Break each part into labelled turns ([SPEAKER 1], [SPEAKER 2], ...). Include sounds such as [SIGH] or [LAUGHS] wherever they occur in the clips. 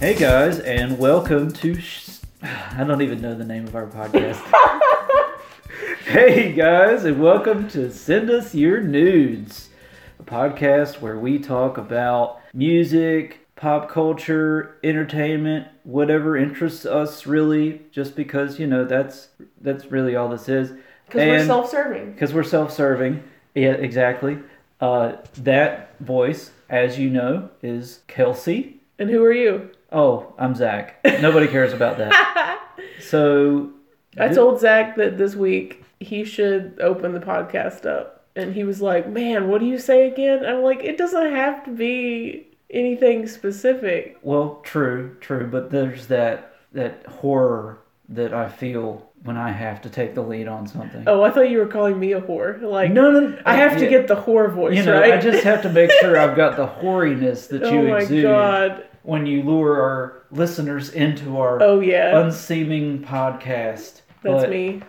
[SPEAKER 1] Hey guys, and welcome to. Sh- I don't even know the name of our podcast. hey guys, and welcome to Send Us Your Nudes, a podcast where we talk about music, pop culture, entertainment, whatever interests us really, just because, you know, that's that's really all this is.
[SPEAKER 2] Because we're
[SPEAKER 1] And-
[SPEAKER 2] self-serving.
[SPEAKER 1] because we're self-serving. Yeah, exactly. Uh, that voice, as you know, is Kelsey.
[SPEAKER 2] And who are you?
[SPEAKER 1] Oh, I'm Zach. Nobody cares about that.
[SPEAKER 2] [LAUGHS]
[SPEAKER 1] So
[SPEAKER 2] I
[SPEAKER 1] thi-
[SPEAKER 2] told Zach that this week he should open the podcast up. And he was like, Man, what do you say again? I'm like, It doesn't have to be anything specific.
[SPEAKER 1] well, true, true, but there's that that horror that I feel when I have to take the lead on something.
[SPEAKER 2] Oh, I thought you were calling me a whore. Like,
[SPEAKER 1] no, no,
[SPEAKER 2] I have to
[SPEAKER 1] yeah,
[SPEAKER 2] get the whore voice,
[SPEAKER 1] You know,
[SPEAKER 2] right?
[SPEAKER 1] I just have to make sure I've got the hoariness that
[SPEAKER 2] [LAUGHS] oh
[SPEAKER 1] you
[SPEAKER 2] my
[SPEAKER 1] exude
[SPEAKER 2] god.
[SPEAKER 1] when you lure our listeners into our
[SPEAKER 2] Oh, yeah.
[SPEAKER 1] unseeming podcast.
[SPEAKER 2] That's
[SPEAKER 1] But-
[SPEAKER 2] me.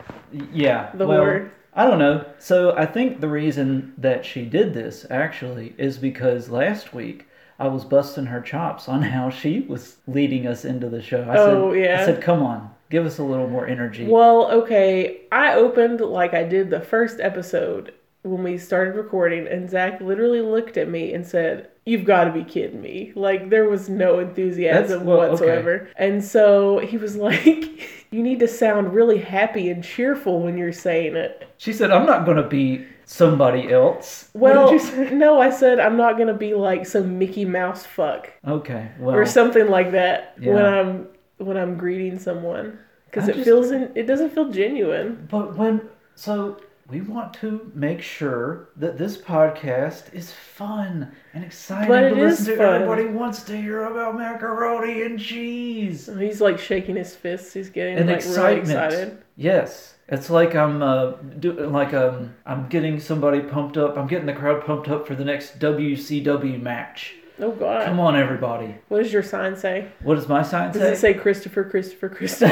[SPEAKER 1] Yeah.
[SPEAKER 2] The
[SPEAKER 1] well,
[SPEAKER 2] whore.
[SPEAKER 1] I don't know. So I think the reason that she did this actually is because last week I was busting her chops on [LAUGHS] how she was leading us into the show. I
[SPEAKER 2] Oh,
[SPEAKER 1] said,
[SPEAKER 2] yeah.
[SPEAKER 1] I said, come on, give us a little more energy.
[SPEAKER 2] Well, okay. I opened like I did the first episode when we started recording, and Zach literally looked at me and said, You've got to be kidding me. Like, there was no enthusiasm
[SPEAKER 1] That's- well, okay.
[SPEAKER 2] whatsoever. And so he was [LAUGHS] like, You need to sound really happy and cheerful when you're saying it.
[SPEAKER 1] She said, I'm not going to be somebody else. What
[SPEAKER 2] Well,
[SPEAKER 1] did you say?
[SPEAKER 2] [LAUGHS] no, I said, I'm not going to be like some Mickey Mouse fuck
[SPEAKER 1] Okay. Well,
[SPEAKER 2] or something like that when
[SPEAKER 1] Oh. Yeah.
[SPEAKER 2] I'm when I'm greeting someone because
[SPEAKER 1] I
[SPEAKER 2] it
[SPEAKER 1] just-
[SPEAKER 2] feels in, it doesn't feel genuine.
[SPEAKER 1] but when, so we want to make sure that this podcast is fun and exciting
[SPEAKER 2] But
[SPEAKER 1] to
[SPEAKER 2] it
[SPEAKER 1] listen
[SPEAKER 2] is
[SPEAKER 1] to.
[SPEAKER 2] fun.
[SPEAKER 1] Everybody wants to hear about macaroni and cheese.
[SPEAKER 2] He's like shaking his fists. He's getting
[SPEAKER 1] and
[SPEAKER 2] like
[SPEAKER 1] excitement.
[SPEAKER 2] really excited.
[SPEAKER 1] Yes, it's like I'm uh, do, like um, I'm getting somebody pumped up. I'm getting the crowd pumped up for the next WCW match.
[SPEAKER 2] Oh God!
[SPEAKER 1] Come on, everybody!
[SPEAKER 2] What does your sign say?
[SPEAKER 1] What does my sign
[SPEAKER 2] Does
[SPEAKER 1] say?
[SPEAKER 2] it say Christopher, Christopher,
[SPEAKER 1] [LAUGHS]
[SPEAKER 2] Christopher?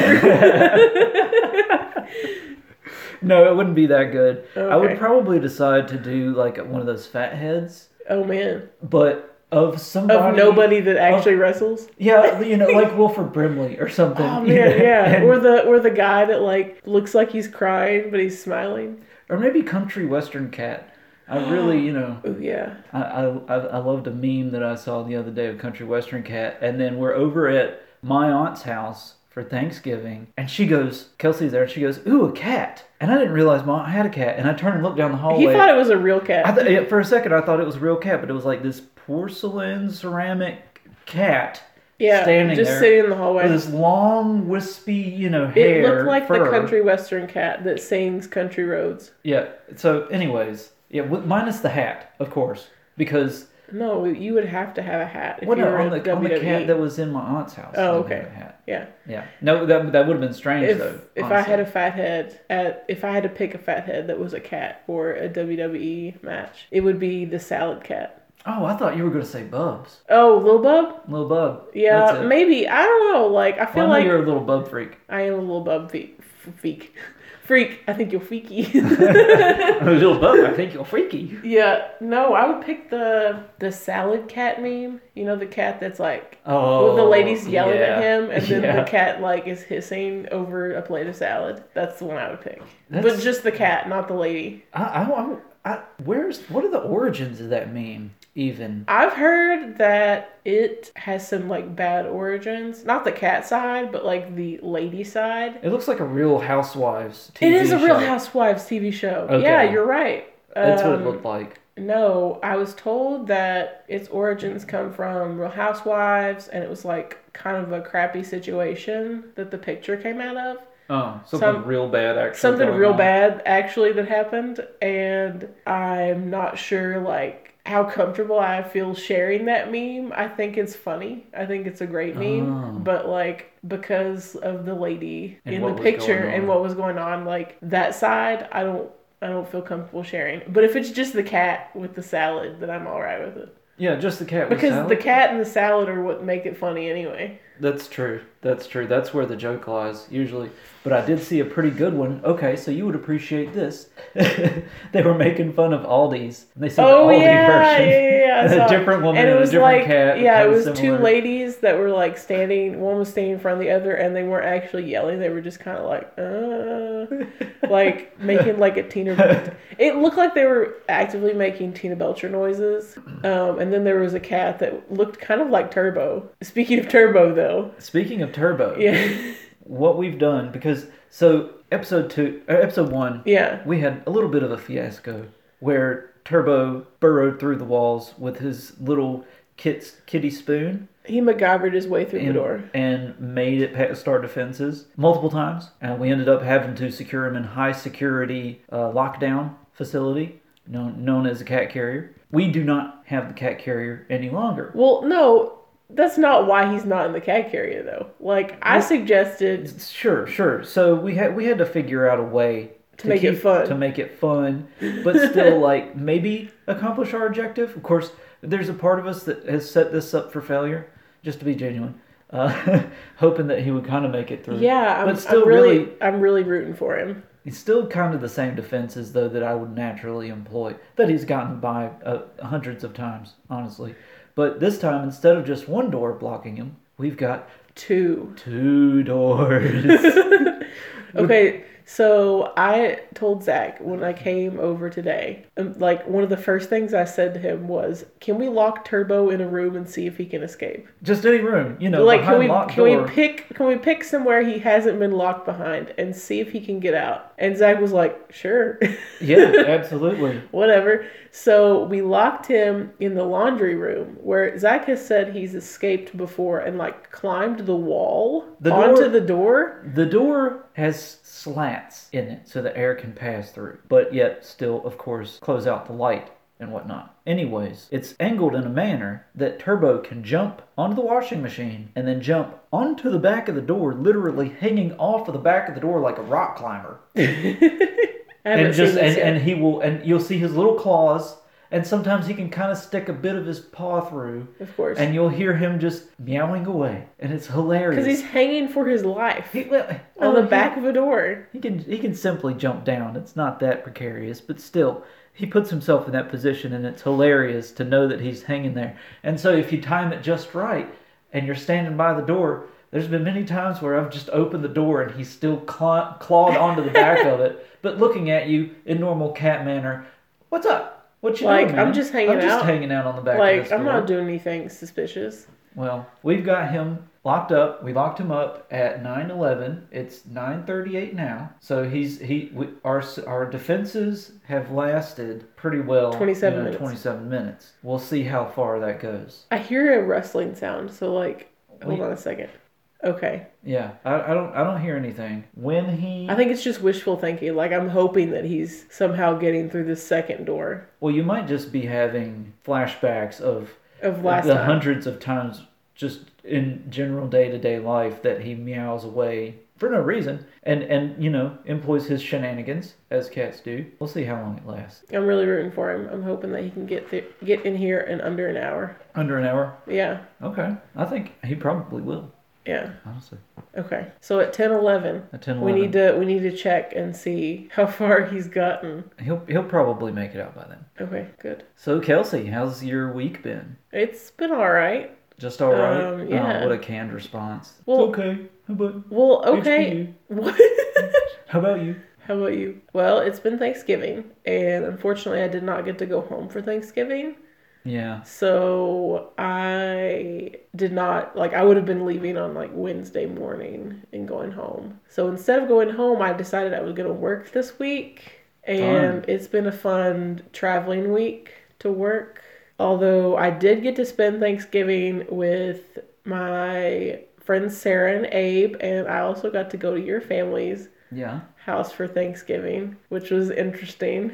[SPEAKER 1] no, it wouldn't be that good. I would
[SPEAKER 2] Okay.
[SPEAKER 1] probably decide to do like one of those fat heads,
[SPEAKER 2] oh man!
[SPEAKER 1] but of
[SPEAKER 2] Of
[SPEAKER 1] somebody.
[SPEAKER 2] nobody
[SPEAKER 1] Oh.
[SPEAKER 2] that actually wrestles.
[SPEAKER 1] Yeah, you know, like Wilford Brimley or something.
[SPEAKER 2] [LAUGHS] Oh
[SPEAKER 1] you
[SPEAKER 2] man,
[SPEAKER 1] know,
[SPEAKER 2] yeah.
[SPEAKER 1] [LAUGHS] and-
[SPEAKER 2] Or the or the guy that like looks like he's crying but he's smiling.
[SPEAKER 1] or maybe country western cat. I really, you know.
[SPEAKER 2] Oh yeah.
[SPEAKER 1] I, I, I loved a meme that I saw the other day of Country Western Cat, and then we're over at my aunt's house for Thanksgiving, and she goes, Kelsey's there, and she goes, "Ooh, a cat!" And I didn't realize my aunt had a cat, and I turned and looked down the
[SPEAKER 2] He
[SPEAKER 1] hallway.
[SPEAKER 2] thought it was a real
[SPEAKER 1] I
[SPEAKER 2] cat.
[SPEAKER 1] th- yeah, for a second, I thought it was a real cat, but it was like this porcelain ceramic cat
[SPEAKER 2] Yeah,
[SPEAKER 1] standing
[SPEAKER 2] just
[SPEAKER 1] there
[SPEAKER 2] sitting in the
[SPEAKER 1] with
[SPEAKER 2] hallway.
[SPEAKER 1] this long, wispy, you know,
[SPEAKER 2] It
[SPEAKER 1] hair.
[SPEAKER 2] looked like the
[SPEAKER 1] fur.
[SPEAKER 2] country western cat that sings country roads.
[SPEAKER 1] Yeah. So, anyways, yeah, w- minus the hat, of course, because
[SPEAKER 2] No, you would have to have a hat if
[SPEAKER 1] Well,
[SPEAKER 2] you
[SPEAKER 1] no,
[SPEAKER 2] were
[SPEAKER 1] on
[SPEAKER 2] at
[SPEAKER 1] the,
[SPEAKER 2] WWE.
[SPEAKER 1] on the cat that was in my aunt's house.
[SPEAKER 2] E. Oh,
[SPEAKER 1] I didn't
[SPEAKER 2] okay.
[SPEAKER 1] have a hat.
[SPEAKER 2] yeah.
[SPEAKER 1] Yeah. No, that, that would have been strange,
[SPEAKER 2] if
[SPEAKER 1] though.
[SPEAKER 2] if I
[SPEAKER 1] honestly.
[SPEAKER 2] had a fat head, at, if I had to pick a fat head that was a cat for a WWE match, it would be the salad cat.
[SPEAKER 1] Oh, I thought you were going to say Bubs.
[SPEAKER 2] Oh, Lil Bub?
[SPEAKER 1] Little Bub.
[SPEAKER 2] Yeah,
[SPEAKER 1] That's it.
[SPEAKER 2] maybe. I don't know. Like, I
[SPEAKER 1] Well,
[SPEAKER 2] feel
[SPEAKER 1] I know
[SPEAKER 2] like
[SPEAKER 1] you're a little Bub freak. [LAUGHS]
[SPEAKER 2] I am a Lil Bub fe- f- freak. [LAUGHS] Freak. I think you're
[SPEAKER 1] [LAUGHS]
[SPEAKER 2] freaky. [LAUGHS]
[SPEAKER 1] a little Bub, I think you're freaky.
[SPEAKER 2] yeah. No, I would pick the the salad cat meme. You know, the cat that's like,
[SPEAKER 1] Oh.
[SPEAKER 2] well, the lady's yelling
[SPEAKER 1] yeah.
[SPEAKER 2] at him, and then
[SPEAKER 1] Yeah.
[SPEAKER 2] the cat like is hissing over a plate of salad. That's the one I would pick. But
[SPEAKER 1] That's-
[SPEAKER 2] just the cat, not the lady.
[SPEAKER 1] I, I, I, I, where's, what are the origins of that meme, even?
[SPEAKER 2] I've heard that it has some like bad origins. Not the cat side, but like the lady side.
[SPEAKER 1] It looks like a Real Housewives TV
[SPEAKER 2] it is a Real
[SPEAKER 1] show.
[SPEAKER 2] Housewives TV show.
[SPEAKER 1] Okay.
[SPEAKER 2] Yeah, you're right.
[SPEAKER 1] That's what it
[SPEAKER 2] Um,
[SPEAKER 1] looked like.
[SPEAKER 2] No, I was told that its origins come from Real Housewives, and it was like kind of a crappy situation that the picture came out of.
[SPEAKER 1] Oh, something
[SPEAKER 2] some-
[SPEAKER 1] real bad, actually.
[SPEAKER 2] something
[SPEAKER 1] going
[SPEAKER 2] real
[SPEAKER 1] on.
[SPEAKER 2] bad actually that happened and i'm not sure like how comfortable i feel sharing that meme i think it's funny i think it's a great meme
[SPEAKER 1] Oh.
[SPEAKER 2] but like because of the lady
[SPEAKER 1] And
[SPEAKER 2] in
[SPEAKER 1] what was
[SPEAKER 2] the picture
[SPEAKER 1] going
[SPEAKER 2] and
[SPEAKER 1] on.
[SPEAKER 2] what was going on like that side i don't i don't feel comfortable sharing but if it's just the cat with the salad then i'm all right with it
[SPEAKER 1] Yeah, just the cat. with
[SPEAKER 2] Because the
[SPEAKER 1] salad.
[SPEAKER 2] cat and the salad are what make it funny anyway.
[SPEAKER 1] That's true. That's true. That's where the joke lies usually. But I did see a pretty good one. Okay, so you would appreciate this. [LAUGHS] they were making fun of Aldi's. And they said
[SPEAKER 2] oh
[SPEAKER 1] the Aldi
[SPEAKER 2] yeah, yeah,
[SPEAKER 1] version.
[SPEAKER 2] yeah, yeah, I
[SPEAKER 1] And [LAUGHS] a
[SPEAKER 2] saw it.
[SPEAKER 1] different woman and a different
[SPEAKER 2] like,
[SPEAKER 1] cat,
[SPEAKER 2] Yeah, it
[SPEAKER 1] kinda
[SPEAKER 2] was two
[SPEAKER 1] similar.
[SPEAKER 2] ladies that were like standing. One was standing in front of the other, and they weren't actually yelling. They were just kind of like, uh,
[SPEAKER 1] [LAUGHS]
[SPEAKER 2] like making like a Tina. It looked like they were actively making Tina Belcher noises. Um, and then there was a cat that looked kind of like Turbo. Speaking of Turbo, though, [LAUGHS]
[SPEAKER 1] Speaking of Turbo,
[SPEAKER 2] yeah,
[SPEAKER 1] what we've done because so episode two, or episode one,
[SPEAKER 2] yeah,
[SPEAKER 1] we had a little bit of a fiasco where Turbo burrowed through the walls with his little kit's kitty spoon.
[SPEAKER 2] he MacGyvered his way through the
[SPEAKER 1] and,
[SPEAKER 2] door.
[SPEAKER 1] and made it past our defenses multiple times. And we ended up having to secure him in high security uh, lockdown facility known, known as a cat carrier. We do not have the cat carrier any longer.
[SPEAKER 2] Well, no. That's not why he's not in the cat carrier though. Like I suggested
[SPEAKER 1] Sure, sure. So we had we had to figure out a way to,
[SPEAKER 2] make it fun.
[SPEAKER 1] to make it fun, but
[SPEAKER 2] [LAUGHS]
[SPEAKER 1] still like maybe accomplish our objective. Of course, there's a part of us that has set this up for failure. Just to be genuine, uh, [LAUGHS] hoping that he would kind of make it through.
[SPEAKER 2] Yeah, I'm,
[SPEAKER 1] but still
[SPEAKER 2] I'm really,
[SPEAKER 1] really
[SPEAKER 2] I'm really rooting for him.
[SPEAKER 1] It's still kind of the same defenses, though, that I would naturally employ, that he's gotten by uh, hundreds of times, honestly. But this time, instead of just one door blocking him, we've got
[SPEAKER 2] Two.
[SPEAKER 1] two doors.
[SPEAKER 2] [LAUGHS] Okay, so I told Zach when I came over today, um, like one of the first things I said to him was, "Can we lock Turbo in a room and see if he can escape?
[SPEAKER 1] just any room, you know,
[SPEAKER 2] like, can
[SPEAKER 1] behind
[SPEAKER 2] we
[SPEAKER 1] locked
[SPEAKER 2] can
[SPEAKER 1] door.
[SPEAKER 2] we pick can we pick somewhere he hasn't been locked behind and see if he can get out?" And Zach was like, "Sure." [LAUGHS]
[SPEAKER 1] yeah, absolutely.
[SPEAKER 2] whatever. So we locked him in the laundry room where Zach has said he's escaped before and like climbed the wall
[SPEAKER 1] The
[SPEAKER 2] onto
[SPEAKER 1] door- [LAUGHS]
[SPEAKER 2] the door. [LAUGHS]
[SPEAKER 1] The door has slats in it so the air can pass through, but yet still, of course, close out the light and whatnot. Anyways, it's angled in a manner that Turbo can jump onto the washing machine and then jump onto the back of the door, literally hanging off of the back of the door like a rock climber.
[SPEAKER 2] I haven't
[SPEAKER 1] And just
[SPEAKER 2] seen
[SPEAKER 1] and,
[SPEAKER 2] this yet.
[SPEAKER 1] and he will and you'll see his little claws and sometimes he can kind of stick a bit of his paw through
[SPEAKER 2] of course,
[SPEAKER 1] and you'll hear him just meowing away and it's hilarious. [LAUGHS]
[SPEAKER 2] because he's hanging for his life
[SPEAKER 1] He-
[SPEAKER 2] on
[SPEAKER 1] oh,
[SPEAKER 2] the
[SPEAKER 1] he-
[SPEAKER 2] back of a door.
[SPEAKER 1] He can he can simply jump down. It's not that precarious, but still, he puts himself in that position, and it's hilarious to know that he's hanging there. And so, if you time it just right, and you're standing by the door, there's been many times where I've just opened the door and he's still cla- clawed onto the back of it, [LAUGHS] but looking at you in normal cat manner. What's up? What you
[SPEAKER 2] Like,
[SPEAKER 1] doing,
[SPEAKER 2] I'm
[SPEAKER 1] man?
[SPEAKER 2] just hanging
[SPEAKER 1] I'm just
[SPEAKER 2] out.
[SPEAKER 1] hanging out on the back. of
[SPEAKER 2] Like
[SPEAKER 1] this
[SPEAKER 2] I'm
[SPEAKER 1] door.
[SPEAKER 2] not doing anything suspicious.
[SPEAKER 1] Well, we've got him locked up. We locked him up at 9:11. It's 9:38 now. So he's he we, our s- our defenses have lasted pretty well
[SPEAKER 2] 27 minutes.
[SPEAKER 1] 27 minutes. We'll see how far that goes.
[SPEAKER 2] I hear a rustling sound, so like, hold
[SPEAKER 1] We-
[SPEAKER 2] on a second. Okay,
[SPEAKER 1] Yeah. I, I don't I don't hear anything. When he
[SPEAKER 2] I think it's just wishful thinking. Like I'm hoping that he's somehow getting through this second door
[SPEAKER 1] Well, you might just be having flashbacks of
[SPEAKER 2] of last
[SPEAKER 1] the
[SPEAKER 2] time.
[SPEAKER 1] hundreds of times just in general day-to-day life that he meows away for no reason and and you know employs his shenanigans as cats do we'll see how long it lasts
[SPEAKER 2] I'm really rooting for him. I'm hoping that he can get th- get in here in under an hour.
[SPEAKER 1] under an hour
[SPEAKER 2] Yeah,
[SPEAKER 1] okay i think he probably will
[SPEAKER 2] yeah.
[SPEAKER 1] honestly
[SPEAKER 2] Okay. So at 10, 11,
[SPEAKER 1] at 10
[SPEAKER 2] we need to we need to check and see how [LAUGHS] far he's gotten.
[SPEAKER 1] he'll, he'll probably make it out by then
[SPEAKER 2] Okay, good.
[SPEAKER 1] so kelsey how's your week been
[SPEAKER 2] It's been all right.
[SPEAKER 1] just all right
[SPEAKER 2] Um, yeah.
[SPEAKER 1] oh, what a canned response It's
[SPEAKER 2] Well-
[SPEAKER 1] okay how about
[SPEAKER 2] Well,
[SPEAKER 1] it's
[SPEAKER 2] okay.
[SPEAKER 1] you?
[SPEAKER 2] What? [LAUGHS]
[SPEAKER 1] how about you
[SPEAKER 2] how about you? Well, it's been Thanksgiving, and unfortunately, I did not get to go home for Thanksgiving.
[SPEAKER 1] yeah
[SPEAKER 2] So I did not like I would have been leaving on like Wednesday morning and going home. So instead of going home, I decided I was going to work this week and it's been a fun traveling week to work. Although I did get to spend Thanksgiving with my friends Sarah and Abe and I also got to go to your family's
[SPEAKER 1] yeah
[SPEAKER 2] house for Thanksgiving, which was interesting.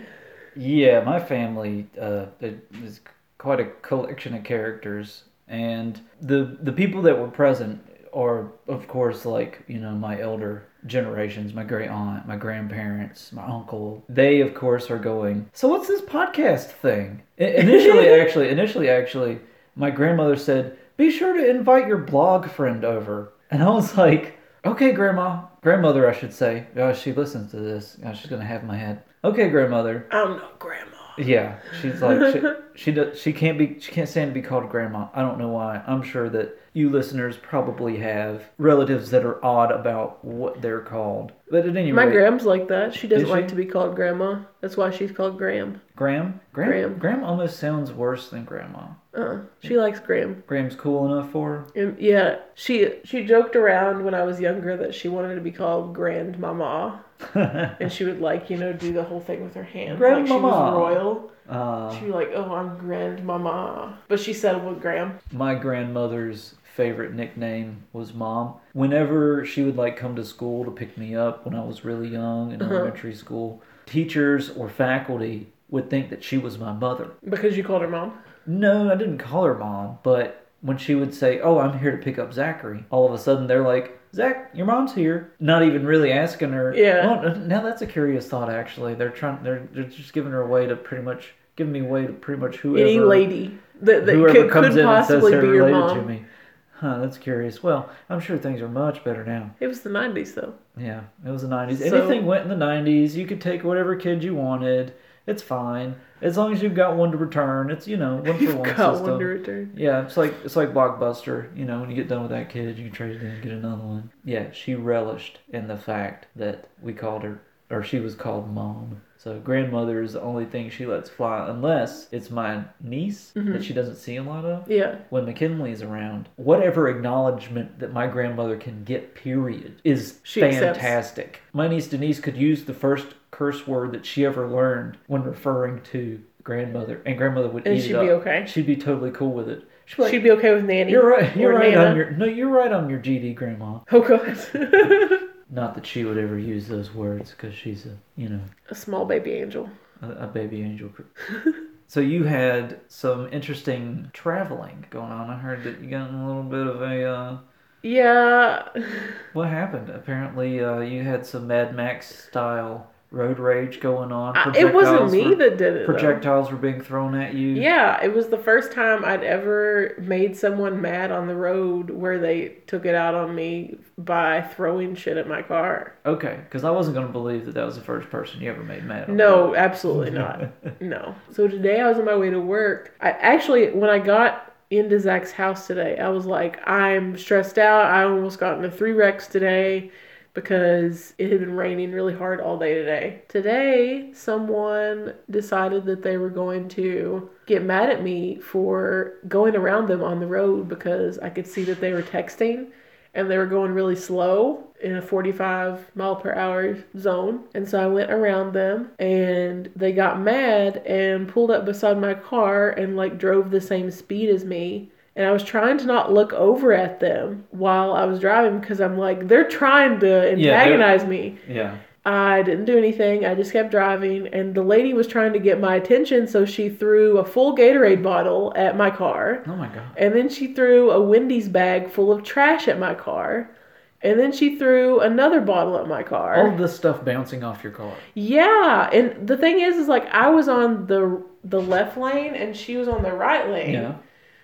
[SPEAKER 1] Yeah, my family uh, is quite a collection of characters, and the the people that were present or of course like you know my elder generations my great aunt my grandparents my uncle they of course are going so what's this podcast thing I- initially actually initially actually my grandmother said be sure to invite your blog friend over and i was like okay grandma grandmother i should say oh she listens to this oh, she's gonna have my head okay grandmother
[SPEAKER 2] I'm no grandma.
[SPEAKER 1] yeah, she's like
[SPEAKER 2] [LAUGHS]
[SPEAKER 1] she she, does, she can't be she can't stand to be called grandma. I don't know why. I'm sure that you listeners probably have relatives that are odd about what they're called. But at any
[SPEAKER 2] My
[SPEAKER 1] rate,
[SPEAKER 2] gram's like that. She doesn't
[SPEAKER 1] Is
[SPEAKER 2] like
[SPEAKER 1] she?
[SPEAKER 2] to be called grandma. That's why she's called Graham.
[SPEAKER 1] Graham, Graham,
[SPEAKER 2] Graham.
[SPEAKER 1] Graham almost sounds worse than grandma.
[SPEAKER 2] Uh, she likes Graham.
[SPEAKER 1] Graham's cool enough for. her.
[SPEAKER 2] And yeah, she she joked around when I was younger that she wanted to be called Grandmama, and she would like you know do the whole thing with her hands. Like she was
[SPEAKER 1] Grandmama.
[SPEAKER 2] royal.
[SPEAKER 1] [LAUGHS] Uh,
[SPEAKER 2] She'd be like, "Oh, I'm Grandmama," but she settled with Graham.
[SPEAKER 1] my grandmother's favorite nickname was mom whenever she would like come to school to pick me up when i was really young in
[SPEAKER 2] Uh-huh.
[SPEAKER 1] elementary school teachers or faculty would think that she was my mother
[SPEAKER 2] Because you called her mom.
[SPEAKER 1] no i didn't call her mom but when she would say oh i'm here to pick up zachary all of a sudden they're like zach your mom's here not even really asking her
[SPEAKER 2] Yeah.
[SPEAKER 1] Well, now that's a curious thought actually they're trying they're, they're just giving her away to pretty much giving me away to pretty much whoever
[SPEAKER 2] Any lady that, that
[SPEAKER 1] whoever
[SPEAKER 2] could,
[SPEAKER 1] comes
[SPEAKER 2] could
[SPEAKER 1] in and says
[SPEAKER 2] possibly
[SPEAKER 1] they're
[SPEAKER 2] be your
[SPEAKER 1] related
[SPEAKER 2] mom.
[SPEAKER 1] to me. Huh, that's curious. Well, I'm sure things are much better now.
[SPEAKER 2] It was the '90s though.
[SPEAKER 1] Yeah, it was the 90s.
[SPEAKER 2] So-
[SPEAKER 1] Anything went in the 90s. You could take whatever kid you wanted. It's fine. As long as you've got one to return, it's, you know, one
[SPEAKER 2] [LAUGHS]
[SPEAKER 1] for
[SPEAKER 2] You've
[SPEAKER 1] one
[SPEAKER 2] got
[SPEAKER 1] system.
[SPEAKER 2] one to return.
[SPEAKER 1] Yeah, it's like it's like Blockbuster. You know, when you get done with that kid, you can trade it in and get another one. Yeah, she relished in the fact that we called her, or she was called mom. So grandmother is the only thing she lets fly, unless it's my niece that she doesn't see a lot of
[SPEAKER 2] Yeah.
[SPEAKER 1] when McKinley is around, whatever acknowledgement that my grandmother can get, period, is
[SPEAKER 2] She accepts.
[SPEAKER 1] fantastic. My niece Denise could use the first curse word that she ever learned when referring to grandmother, and grandmother would
[SPEAKER 2] And
[SPEAKER 1] eat
[SPEAKER 2] she'd
[SPEAKER 1] it up.
[SPEAKER 2] be okay.
[SPEAKER 1] She'd be totally cool with it. She'd be like,
[SPEAKER 2] She'd be okay with nanny.
[SPEAKER 1] "You're right. You're
[SPEAKER 2] or
[SPEAKER 1] right
[SPEAKER 2] Nana.
[SPEAKER 1] on your no. You're right on your GD, Grandma.
[SPEAKER 2] Oh god. [LAUGHS]
[SPEAKER 1] Not that she would ever use those words because she's a you know
[SPEAKER 2] a small baby angel.
[SPEAKER 1] a, a baby angel.
[SPEAKER 2] [LAUGHS]
[SPEAKER 1] so you had some interesting traveling going on. I heard that you got in a little bit of a. Uh,
[SPEAKER 2] Yeah.
[SPEAKER 1] What happened? Apparently, uh, you had some Mad Max style road rage going on.
[SPEAKER 2] I- it wasn't
[SPEAKER 1] Projectiles
[SPEAKER 2] me
[SPEAKER 1] were-
[SPEAKER 2] that did it. though.
[SPEAKER 1] projectiles were being thrown at you.
[SPEAKER 2] Yeah, it was the first time I'd ever made someone mad on the road where they took it out on me by throwing shit at my car.
[SPEAKER 1] Okay, because I wasn't going to believe that that was the first person you ever made mad. on.
[SPEAKER 2] No, absolutely not. No. So today I was on my way to work. I actually when I got into Zach's house today, I was like, I'm stressed out. I almost got into three wrecks today because it had been raining really hard all day today. Today, someone decided that they were going to get mad at me for going around them on the road because I could see that they were texting and they were going really slow in a 45 mile per hour zone. And so I went around them and they got mad and pulled up beside my car and like drove the same speed as me. And I was trying to not look over at them while I was driving because I'm like, they're trying to
[SPEAKER 1] they're-
[SPEAKER 2] antagonize me.
[SPEAKER 1] [LAUGHS] Yeah.
[SPEAKER 2] I didn't do anything. I just kept driving, and the lady was trying to get my attention, so she threw a full Gatorade bottle at my car.
[SPEAKER 1] Oh my god.
[SPEAKER 2] And then she threw a Wendy's bag full of trash at my car. And then she threw another bottle at my car.
[SPEAKER 1] All this stuff bouncing off your car.
[SPEAKER 2] Yeah, and the thing is is like I was on the the left lane and she was on the right lane.
[SPEAKER 1] Yeah.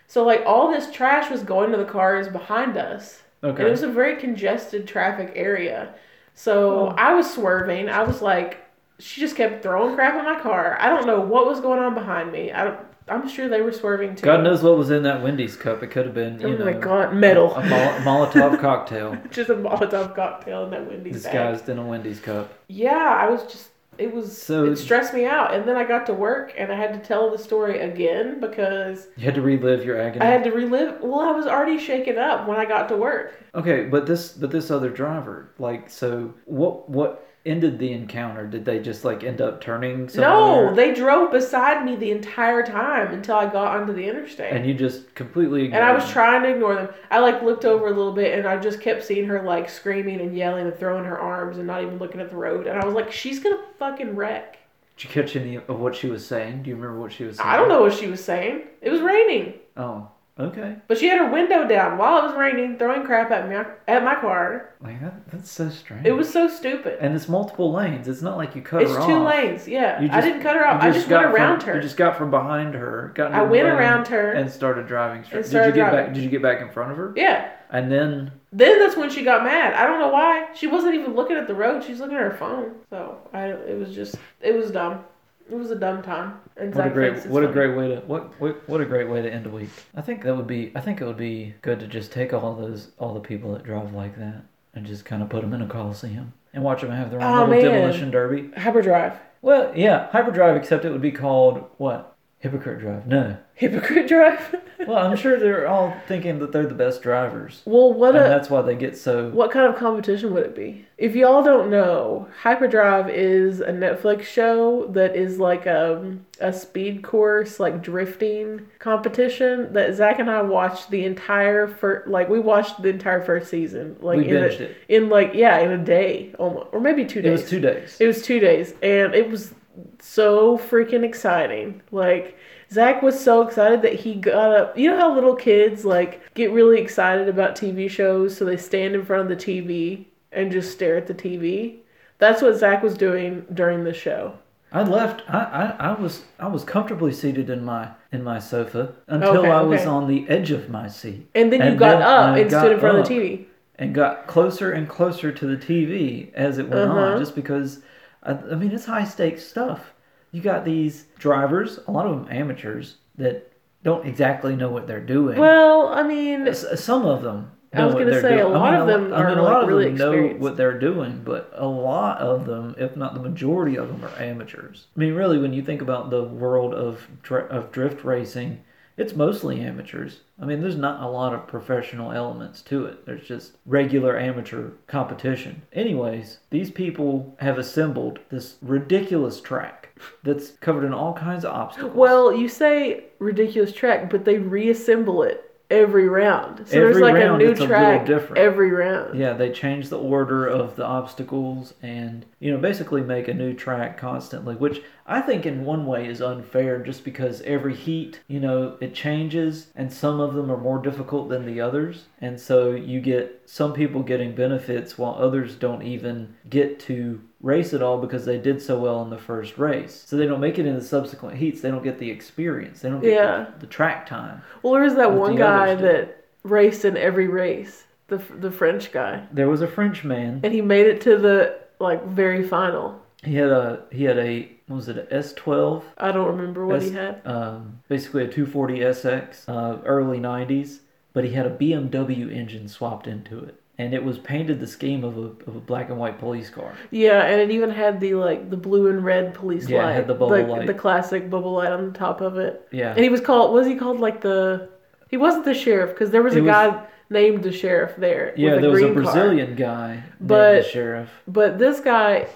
[SPEAKER 2] So like all this trash was going to the cars behind us. And it
[SPEAKER 1] Okay.
[SPEAKER 2] was a very congested traffic area. So
[SPEAKER 1] Oh.
[SPEAKER 2] I was swerving. I was like she just kept throwing crap at my car. I don't know what was going on behind me. I don't, I'm sure they were swerving too.
[SPEAKER 1] God knows what was in that Wendy's cup. It could have been, you
[SPEAKER 2] Oh
[SPEAKER 1] know,
[SPEAKER 2] my god, metal.
[SPEAKER 1] a Mol- Molotov
[SPEAKER 2] [LAUGHS]
[SPEAKER 1] cocktail
[SPEAKER 2] just a Molotov cocktail in that Wendy's bag.
[SPEAKER 1] disguised in a Wendy's cup.
[SPEAKER 2] Yeah, I was just it was
[SPEAKER 1] So-
[SPEAKER 2] it stressed me out, and then I got to work and I had to tell the story again because
[SPEAKER 1] You had to relive your agony.
[SPEAKER 2] I had to relive. Well, I was already shaken up when I got to work.
[SPEAKER 1] Okay, but this but this other driver, like, so what what ended the encounter? Did they just like end up turning? Somewhere?
[SPEAKER 2] No, they drove beside me the entire time until I got onto the interstate.
[SPEAKER 1] and you just completely
[SPEAKER 2] and I was
[SPEAKER 1] ignored
[SPEAKER 2] trying to ignore them. I like looked over a little bit and I just kept seeing her like screaming and yelling and throwing her arms and not even looking at the road. And I was like, she's gonna fucking wreck.
[SPEAKER 1] them. Did you catch any of what she was saying? Do you remember what she was saying?
[SPEAKER 2] I don't know what she was saying. It was raining.
[SPEAKER 1] Oh, Okay.
[SPEAKER 2] But she had her window down while it was raining, throwing crap at me at my car.
[SPEAKER 1] Like that, that's so strange.
[SPEAKER 2] It was so stupid.
[SPEAKER 1] and it's multiple lanes. It's not like you cut
[SPEAKER 2] It's
[SPEAKER 1] her off.
[SPEAKER 2] two lanes. Yeah,
[SPEAKER 1] You
[SPEAKER 2] I
[SPEAKER 1] just-
[SPEAKER 2] didn't cut her
[SPEAKER 1] You
[SPEAKER 2] off. I just
[SPEAKER 1] got
[SPEAKER 2] went around
[SPEAKER 1] from,
[SPEAKER 2] her.
[SPEAKER 1] You just got from behind her. Got in
[SPEAKER 2] I
[SPEAKER 1] her
[SPEAKER 2] went
[SPEAKER 1] lane
[SPEAKER 2] around her.
[SPEAKER 1] and started driving straight.
[SPEAKER 2] and started
[SPEAKER 1] did you get
[SPEAKER 2] driving.
[SPEAKER 1] back? Did you get back in front of her?
[SPEAKER 2] yeah.
[SPEAKER 1] And then
[SPEAKER 2] Then that's when she got mad. I don't know why. She wasn't even looking at the road. She's looking at her phone. So I, it was just, it was dumb. It was a dumb time. And
[SPEAKER 1] what a
[SPEAKER 2] Zach
[SPEAKER 1] great
[SPEAKER 2] thinks it's
[SPEAKER 1] what a
[SPEAKER 2] funny.
[SPEAKER 1] great way to what, what what a great way to end a week. I think that would be I think it would be good to just take all those all the people that drive like that and just kind of put them in a coliseum and watch them have their own
[SPEAKER 2] Oh,
[SPEAKER 1] little
[SPEAKER 2] man.
[SPEAKER 1] demolition derby.
[SPEAKER 2] hyperdrive,
[SPEAKER 1] Well, yeah, hyperdrive, except it would be called what? Hypocrite drive. No.
[SPEAKER 2] [LAUGHS] hypocrite drive. [LAUGHS]
[SPEAKER 1] Well, I'm sure they're all thinking that they're the best drivers.
[SPEAKER 2] well, what
[SPEAKER 1] And
[SPEAKER 2] a
[SPEAKER 1] that's why they get so.
[SPEAKER 2] What kind of competition would it be? If y'all don't know, Hyperdrive is a Netflix show that is like a, a speed course, like drifting competition that Zach and I watched the entire first, like we watched the entire first season, like
[SPEAKER 1] We
[SPEAKER 2] in, a-
[SPEAKER 1] binged it.
[SPEAKER 2] in like yeah, in a day almost, or maybe two
[SPEAKER 1] It
[SPEAKER 2] days.
[SPEAKER 1] was two days.
[SPEAKER 2] It was two days, and it was so freaking exciting. Like Zach was so excited that he got up. You know how little kids like get really excited about TV shows, so they stand in front of the TV and just stare at the TV. That's what Zach was doing during the show.
[SPEAKER 1] I left. I, I, I was I was comfortably seated in my in my sofa until
[SPEAKER 2] Okay,
[SPEAKER 1] I was
[SPEAKER 2] okay.
[SPEAKER 1] on the edge of my seat
[SPEAKER 2] And then you
[SPEAKER 1] And
[SPEAKER 2] got
[SPEAKER 1] then
[SPEAKER 2] up
[SPEAKER 1] I
[SPEAKER 2] and
[SPEAKER 1] got
[SPEAKER 2] stood in front
[SPEAKER 1] up.
[SPEAKER 2] of the TV.
[SPEAKER 1] and got closer and closer to the TV as it went
[SPEAKER 2] Uh-huh.
[SPEAKER 1] on, just because. I, I mean, it's high stakes stuff. You got these drivers, a lot of them amateurs that don't exactly know what they're doing.
[SPEAKER 2] Well, I mean,
[SPEAKER 1] S- some of them.
[SPEAKER 2] I was
[SPEAKER 1] what
[SPEAKER 2] gonna
[SPEAKER 1] they're
[SPEAKER 2] say, a lot
[SPEAKER 1] lo-
[SPEAKER 2] of them are,
[SPEAKER 1] a lot
[SPEAKER 2] like,
[SPEAKER 1] of
[SPEAKER 2] really
[SPEAKER 1] them know
[SPEAKER 2] experienced.
[SPEAKER 1] what they're doing, but a lot of them, if not the majority of them, are amateurs. I mean, really, when you think about the world of dr- of drift racing, it's mostly amateurs. I mean, there's not a lot of professional elements to it. There's just regular amateur competition. Anyways, these people have assembled this ridiculous track that's covered in all kinds of obstacles.
[SPEAKER 2] well, you say ridiculous track, but they reassemble it every round. So there's
[SPEAKER 1] Every
[SPEAKER 2] like
[SPEAKER 1] round,
[SPEAKER 2] a new
[SPEAKER 1] it's a little
[SPEAKER 2] track
[SPEAKER 1] different.
[SPEAKER 2] every round.
[SPEAKER 1] Yeah, they change the order of the obstacles and, you know, basically make a new track constantly, which I think in one way is unfair just because every heat, you know, it changes and some of them are more difficult than the others. And so you get some people getting benefits while others don't even get to race at all because they did so well in the first race. So they don't make it in the subsequent heats. They don't get the experience. They don't get
[SPEAKER 2] Yeah.
[SPEAKER 1] the, the track time.
[SPEAKER 2] Well, there was that
[SPEAKER 1] But
[SPEAKER 2] one
[SPEAKER 1] the
[SPEAKER 2] guy
[SPEAKER 1] others did.
[SPEAKER 2] that raced in every race, the the French guy,
[SPEAKER 1] There was a French man
[SPEAKER 2] and he made it to the like very final.
[SPEAKER 1] He had a he had a what was it a S twelve?
[SPEAKER 2] I don't remember what he had.
[SPEAKER 1] Um, basically a two forty SX, uh, early nineties. But he had a BMW engine swapped into it, and it was painted the scheme of a of a black and white police car.
[SPEAKER 2] Yeah, and it even had the like the blue and red police
[SPEAKER 1] Yeah, it
[SPEAKER 2] light,
[SPEAKER 1] had the bubble
[SPEAKER 2] like,
[SPEAKER 1] light.
[SPEAKER 2] the classic bubble light on the top of it.
[SPEAKER 1] Yeah,
[SPEAKER 2] And he was called was he called like the he wasn't the sheriff because there was
[SPEAKER 1] He
[SPEAKER 2] a
[SPEAKER 1] was-
[SPEAKER 2] guy named the sheriff there.
[SPEAKER 1] yeah.
[SPEAKER 2] with
[SPEAKER 1] There was a
[SPEAKER 2] green car.
[SPEAKER 1] Brazilian guy, named the
[SPEAKER 2] But-
[SPEAKER 1] sheriff.
[SPEAKER 2] but this guy,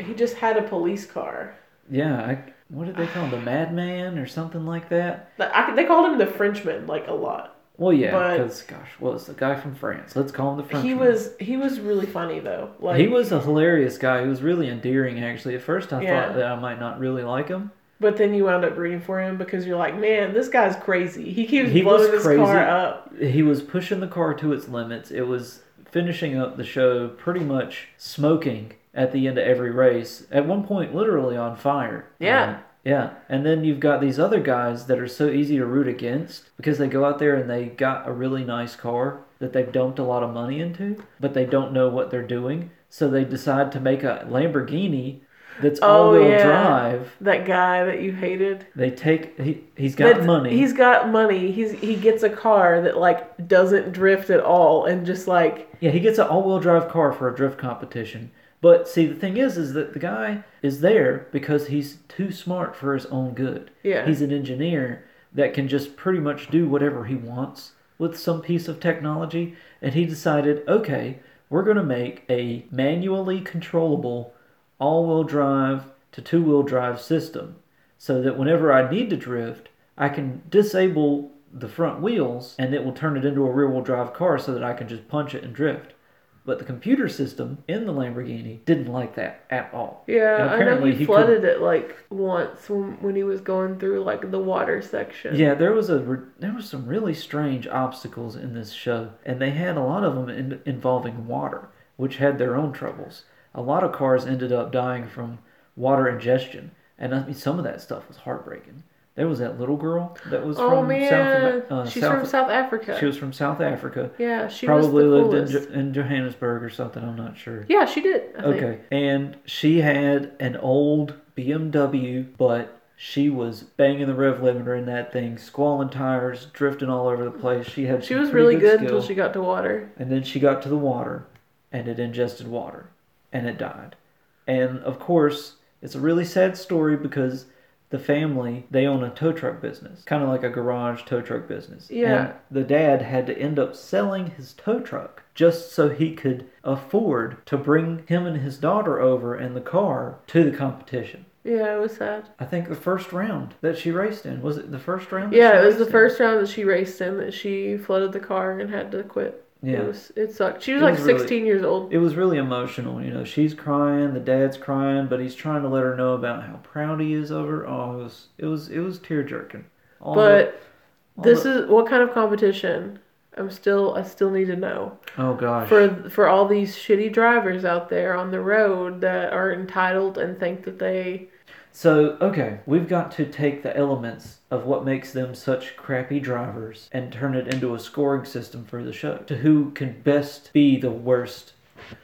[SPEAKER 2] he just had a police car.
[SPEAKER 1] Yeah, I, what did they call him? The Madman or something like that.
[SPEAKER 2] Like, I, they called him the Frenchman like a lot.
[SPEAKER 1] Well, yeah,
[SPEAKER 2] But-
[SPEAKER 1] because gosh, well, it's the guy from France. Let's call him the Frenchman.
[SPEAKER 2] He was he was really funny though. Like
[SPEAKER 1] he was a hilarious guy. He was really endearing, actually. At first, I
[SPEAKER 2] Yeah.
[SPEAKER 1] thought that I might not really like him.
[SPEAKER 2] But then you wound up rooting for him because you're like, man, this guy's crazy. He keeps
[SPEAKER 1] He was
[SPEAKER 2] blowing his
[SPEAKER 1] crazy.
[SPEAKER 2] car up.
[SPEAKER 1] he was pushing the car to its limits. It was finishing up the show pretty much smoking at the end of every race. At one point, literally on fire.
[SPEAKER 2] Yeah.
[SPEAKER 1] Uh, yeah. And then you've got these other guys that are so easy to root against because they go out there and they got a really nice car that they've dumped a lot of money into, but they don't know what they're doing. So they decide to make a Lamborghini that's
[SPEAKER 2] Oh,
[SPEAKER 1] all-wheel
[SPEAKER 2] yeah.
[SPEAKER 1] drive.
[SPEAKER 2] That guy that you hated.
[SPEAKER 1] They take he, he's got
[SPEAKER 2] That's-
[SPEAKER 1] money.
[SPEAKER 2] He's got money. He's he gets a car that like doesn't drift at all and just like
[SPEAKER 1] Yeah, he gets an all-wheel drive car for a drift competition. But see, the thing is, is that the guy is there because he's too smart for his own good.
[SPEAKER 2] Yeah.
[SPEAKER 1] he's an engineer that can just pretty much do whatever he wants with some piece of technology. And he decided, okay, we're going to make a manually controllable all-wheel drive to two-wheel drive system, so that whenever I need to drift, I can disable the front wheels and it will turn it into a rear-wheel drive car so that I can just punch it and drift. But the computer system in the Lamborghini didn't like that at all. And
[SPEAKER 2] Yeah, I know
[SPEAKER 1] apparently
[SPEAKER 2] he,
[SPEAKER 1] he
[SPEAKER 2] flooded it like once when, when he was going through like the water section.
[SPEAKER 1] Yeah, there was a re- there was some really strange obstacles in this show, and they had a lot of them in, involving water, which had their own troubles. A lot of cars ended up dying from water ingestion, and I mean some of that stuff was heartbreaking. There was that little girl that was
[SPEAKER 2] Oh
[SPEAKER 1] from
[SPEAKER 2] man,
[SPEAKER 1] South, Ama- uh,
[SPEAKER 2] she's
[SPEAKER 1] South
[SPEAKER 2] from South Africa.
[SPEAKER 1] She was from South Africa.
[SPEAKER 2] yeah, she
[SPEAKER 1] Probably
[SPEAKER 2] was the
[SPEAKER 1] lived in,
[SPEAKER 2] coolest.
[SPEAKER 1] Jo- in Johannesburg or something. I'm not sure.
[SPEAKER 2] yeah, she did. I think.
[SPEAKER 1] Okay. And she had an old BMW, but she was banging the rev limiter in that thing, squalling tires, drifting all over the place. She had
[SPEAKER 2] She
[SPEAKER 1] some
[SPEAKER 2] was
[SPEAKER 1] pretty
[SPEAKER 2] really good
[SPEAKER 1] skill.
[SPEAKER 2] until she got to water.
[SPEAKER 1] And then she got to the water, and it ingested water, and it died. And of course, it's a really sad story because the family they own a tow truck business, kind of like a garage tow truck business.
[SPEAKER 2] Yeah.
[SPEAKER 1] And the dad had to end up selling his tow truck just so he could afford to bring him and his daughter over and the car to the competition.
[SPEAKER 2] Yeah, it was sad.
[SPEAKER 1] I think the first round that she raced in was it the first round? that
[SPEAKER 2] Yeah,
[SPEAKER 1] she
[SPEAKER 2] it was the
[SPEAKER 1] raced in?
[SPEAKER 2] first round that she raced in that she flooded the car and had to quit.
[SPEAKER 1] Yeah.
[SPEAKER 2] It, was, it sucked. She was
[SPEAKER 1] It
[SPEAKER 2] like
[SPEAKER 1] was really-
[SPEAKER 2] 16 years old.
[SPEAKER 1] it was really emotional. You know, she's crying, the dad's crying, but he's trying to let her know about how proud he is of her. Oh, it was it was it was tear jerking.
[SPEAKER 2] But
[SPEAKER 1] all
[SPEAKER 2] this
[SPEAKER 1] the-
[SPEAKER 2] is what kind of competition? I'm still I still need to know.
[SPEAKER 1] oh gosh,
[SPEAKER 2] For for all these shitty drivers out there on the road that are entitled and think that they
[SPEAKER 1] So, okay, we've got to take the elements of what makes them such crappy drivers and turn it into a scoring system for the show to who can best be the worst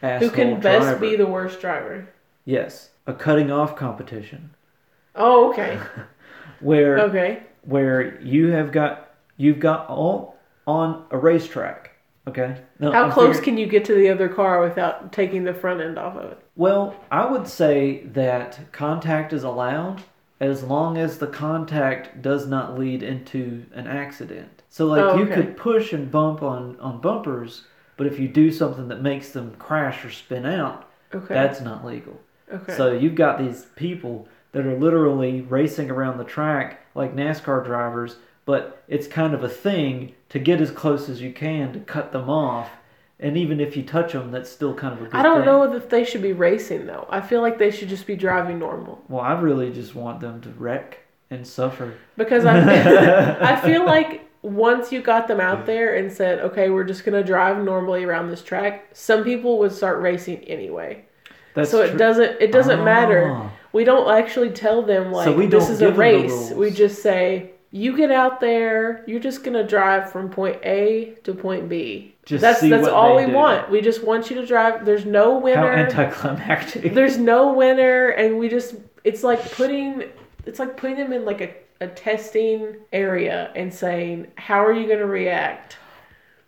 [SPEAKER 1] asshole
[SPEAKER 2] who can best
[SPEAKER 1] driver.
[SPEAKER 2] be the worst driver.
[SPEAKER 1] yes, a cutting off competition
[SPEAKER 2] Oh, okay.
[SPEAKER 1] [LAUGHS] where
[SPEAKER 2] Okay.
[SPEAKER 1] where you have got you've got all on a racetrack. Okay, No,
[SPEAKER 2] How
[SPEAKER 1] I'm
[SPEAKER 2] close
[SPEAKER 1] figuring-
[SPEAKER 2] can you get to the other car without taking the front end off of it?
[SPEAKER 1] Well, I would say that contact is allowed as long as the contact does not lead into an accident. So like
[SPEAKER 2] Oh,
[SPEAKER 1] you
[SPEAKER 2] okay.
[SPEAKER 1] could push and bump on on bumpers, but if you do something that makes them crash or spin out,
[SPEAKER 2] Okay.
[SPEAKER 1] that's not legal.
[SPEAKER 2] okay.
[SPEAKER 1] So you've got these people that are literally racing around the track like NASCAR drivers, but it's kind of a thing to get as close as you can to cut them off. And even if you touch them, that's still kind of a good
[SPEAKER 2] I don't
[SPEAKER 1] thing.
[SPEAKER 2] know if they should be racing though. I feel like they should just be driving normal
[SPEAKER 1] Well, I really just want them to wreck and
[SPEAKER 2] [LAUGHS]
[SPEAKER 1] suffer. [LAUGHS]
[SPEAKER 2] because I I feel like once you got them out there and said, "Okay, we're just gonna drive normally around this track," some people would start racing anyway.
[SPEAKER 1] That's
[SPEAKER 2] so it
[SPEAKER 1] true.
[SPEAKER 2] doesn't it doesn't matter.
[SPEAKER 1] Ah.
[SPEAKER 2] We don't actually tell them like
[SPEAKER 1] we
[SPEAKER 2] this
[SPEAKER 1] don't
[SPEAKER 2] is a
[SPEAKER 1] give them the
[SPEAKER 2] race. we
[SPEAKER 1] rules.
[SPEAKER 2] just say you get out there. You're just gonna drive from point A to point B.
[SPEAKER 1] Just
[SPEAKER 2] that's
[SPEAKER 1] see
[SPEAKER 2] that's
[SPEAKER 1] what
[SPEAKER 2] all
[SPEAKER 1] they
[SPEAKER 2] we
[SPEAKER 1] do.
[SPEAKER 2] want. We just want you to drive. There's no
[SPEAKER 1] How
[SPEAKER 2] winner.
[SPEAKER 1] anticlimactic.
[SPEAKER 2] there's no winner and we just it's like putting it's like putting them in like a, a testing area and saying how are you going to react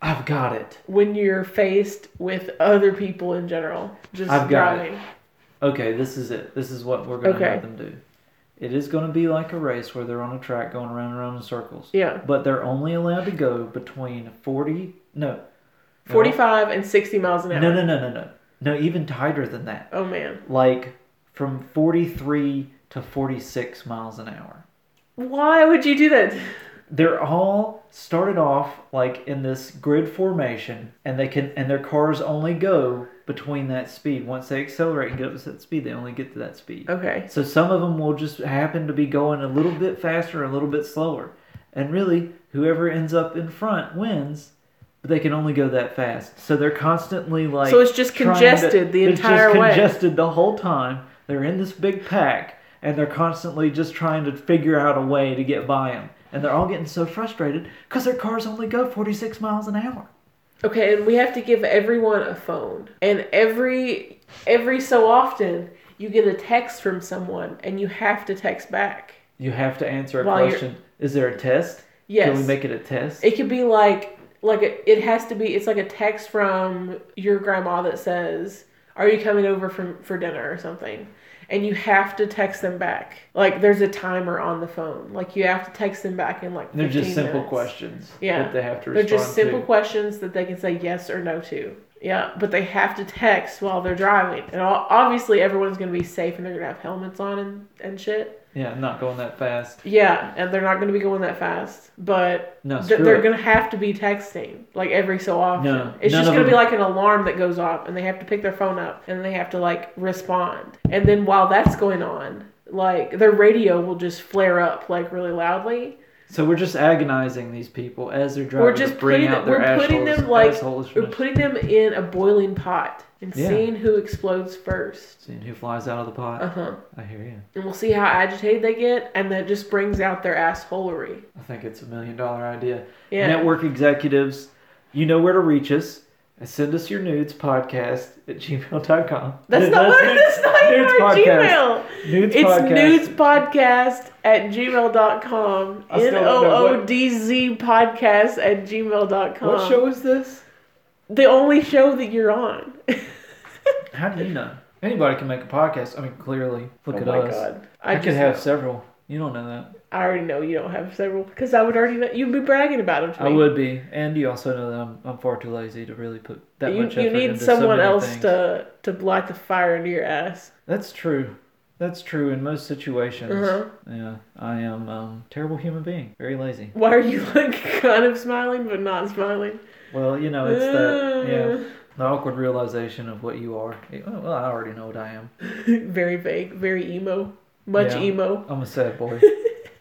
[SPEAKER 1] I've got it.
[SPEAKER 2] when you're faced with other people in general just
[SPEAKER 1] I've got
[SPEAKER 2] driving
[SPEAKER 1] Okay, this is it. This is what we're going to
[SPEAKER 2] Okay.
[SPEAKER 1] have them do. It is going to be like a race where they're on a track going around and around in circles.
[SPEAKER 2] yeah
[SPEAKER 1] But they're only allowed to go between 40. No.
[SPEAKER 2] 45 and 60 miles an
[SPEAKER 1] No,
[SPEAKER 2] hour
[SPEAKER 1] no, no, no, no. No, even tighter than that.
[SPEAKER 2] oh man
[SPEAKER 1] Like from 43 to 46 miles an hour.
[SPEAKER 2] why would you do that
[SPEAKER 1] they're all started off like in this grid formation and they can and their cars only go between that speed once they accelerate and get up to that speed they only get to that speed
[SPEAKER 2] okay
[SPEAKER 1] so some of them will just happen to be going a little bit faster a little bit slower and really whoever ends up in front wins but they can only go that fast so they're constently like
[SPEAKER 2] so it's just
[SPEAKER 1] trying to-
[SPEAKER 2] congested the
[SPEAKER 1] it's
[SPEAKER 2] entire
[SPEAKER 1] just
[SPEAKER 2] way
[SPEAKER 1] congested the whole time they're in this big pack and they're constantly just trying to figure out a way to get by them and they're all getting so frustrated because their cars only go 46 miles an hour
[SPEAKER 2] okay and we have to give everyone a phone and every every so often you get a text from someone and you have to text back
[SPEAKER 1] you have to answer a
[SPEAKER 2] While you're-
[SPEAKER 1] question is there a test
[SPEAKER 2] Yes.
[SPEAKER 1] can we make it a test
[SPEAKER 2] it could be like like a, it has to be it's like a text from your grandma that says, "Are you coming over for for dinner or something?" And you have to text them back. Like there's a timer on the phone. Like you have to text them back in like
[SPEAKER 1] they're just
[SPEAKER 2] 15
[SPEAKER 1] simple
[SPEAKER 2] minutes.
[SPEAKER 1] questions
[SPEAKER 2] Yeah.
[SPEAKER 1] that they have to
[SPEAKER 2] They're
[SPEAKER 1] respond
[SPEAKER 2] just simple
[SPEAKER 1] to.
[SPEAKER 2] questions that they can say yes or no to. Yeah, but they have to text while they're driving. And all, obviously everyone's going to be safe and they're going to have helmets on and, and shit.
[SPEAKER 1] Yeah, not going that fast.
[SPEAKER 2] Yeah, and they're not going to be going that fast, but
[SPEAKER 1] No,
[SPEAKER 2] th-
[SPEAKER 1] screw
[SPEAKER 2] they're
[SPEAKER 1] it.
[SPEAKER 2] going to have to be texting like every so often.
[SPEAKER 1] No,
[SPEAKER 2] it's
[SPEAKER 1] none
[SPEAKER 2] just
[SPEAKER 1] of
[SPEAKER 2] going to be
[SPEAKER 1] them-
[SPEAKER 2] like an alarm that goes off, and they have to pick their phone up and they have to like respond. And then while that's going on, like their radio will just flare up like really loudly.
[SPEAKER 1] So we're just agonizing these people as they're driving.
[SPEAKER 2] We're
[SPEAKER 1] to
[SPEAKER 2] just
[SPEAKER 1] bring
[SPEAKER 2] putting
[SPEAKER 1] out
[SPEAKER 2] them,
[SPEAKER 1] their
[SPEAKER 2] we're
[SPEAKER 1] assholes.
[SPEAKER 2] putting them like
[SPEAKER 1] assholes
[SPEAKER 2] we're
[SPEAKER 1] from
[SPEAKER 2] putting them in a boiling pot and
[SPEAKER 1] Yeah.
[SPEAKER 2] seeing who explodes first.
[SPEAKER 1] seeing who flies out of the pot.
[SPEAKER 2] Uh huh.
[SPEAKER 1] I hear you.
[SPEAKER 2] And we'll see how agitated they get, and that just brings out their assholery.
[SPEAKER 1] I think it's a million dollar idea.
[SPEAKER 2] Yeah.
[SPEAKER 1] Network executives, you know where to reach us. And Send us your nudes podcast at gmail.com. [LAUGHS]
[SPEAKER 2] That's not what [LAUGHS] that's not even
[SPEAKER 1] nudes
[SPEAKER 2] our
[SPEAKER 1] podcast.
[SPEAKER 2] Gmail.
[SPEAKER 1] Nudes
[SPEAKER 2] It's
[SPEAKER 1] podcast.
[SPEAKER 2] nudespodcast at gmail.com.
[SPEAKER 1] I still
[SPEAKER 2] N
[SPEAKER 1] don't
[SPEAKER 2] O
[SPEAKER 1] know what-
[SPEAKER 2] O D Z podcast at gmail.com.
[SPEAKER 1] What show is this?
[SPEAKER 2] The only show that
[SPEAKER 1] [LAUGHS]
[SPEAKER 2] you're on.
[SPEAKER 1] How do you know? Anybody can make a podcast. I mean, clearly. Look
[SPEAKER 2] oh
[SPEAKER 1] at
[SPEAKER 2] my
[SPEAKER 1] us.
[SPEAKER 2] god.
[SPEAKER 1] I,
[SPEAKER 2] I,
[SPEAKER 1] could
[SPEAKER 2] just
[SPEAKER 1] have
[SPEAKER 2] know-
[SPEAKER 1] several. You don't know that.
[SPEAKER 2] I already know you don't have several because I would already know. You'd be bragging about them to
[SPEAKER 1] I
[SPEAKER 2] me.
[SPEAKER 1] would be, and you also know that I'm, I'm far too lazy to really put that
[SPEAKER 2] you
[SPEAKER 1] much effort
[SPEAKER 2] you need
[SPEAKER 1] into
[SPEAKER 2] someone
[SPEAKER 1] so many
[SPEAKER 2] else
[SPEAKER 1] things.
[SPEAKER 2] to, to light the fire into your ass.
[SPEAKER 1] That's true. That's true in most situations.
[SPEAKER 2] Uh-huh.
[SPEAKER 1] Yeah, I am um, terrible human being, very lazy.
[SPEAKER 2] Why are you [LAUGHS] like kind of smiling but not smiling?
[SPEAKER 1] Well, you know, Oh, it's that
[SPEAKER 2] Mm.
[SPEAKER 1] yeah, the awkward realization of what you are. Eh, oh, Well, I already know what I am.
[SPEAKER 2] [LAUGHS] very vague, very emo. Much
[SPEAKER 1] Yeah.
[SPEAKER 2] emo.
[SPEAKER 1] I'm a sad
[SPEAKER 2] [LAUGHS]
[SPEAKER 1] boy.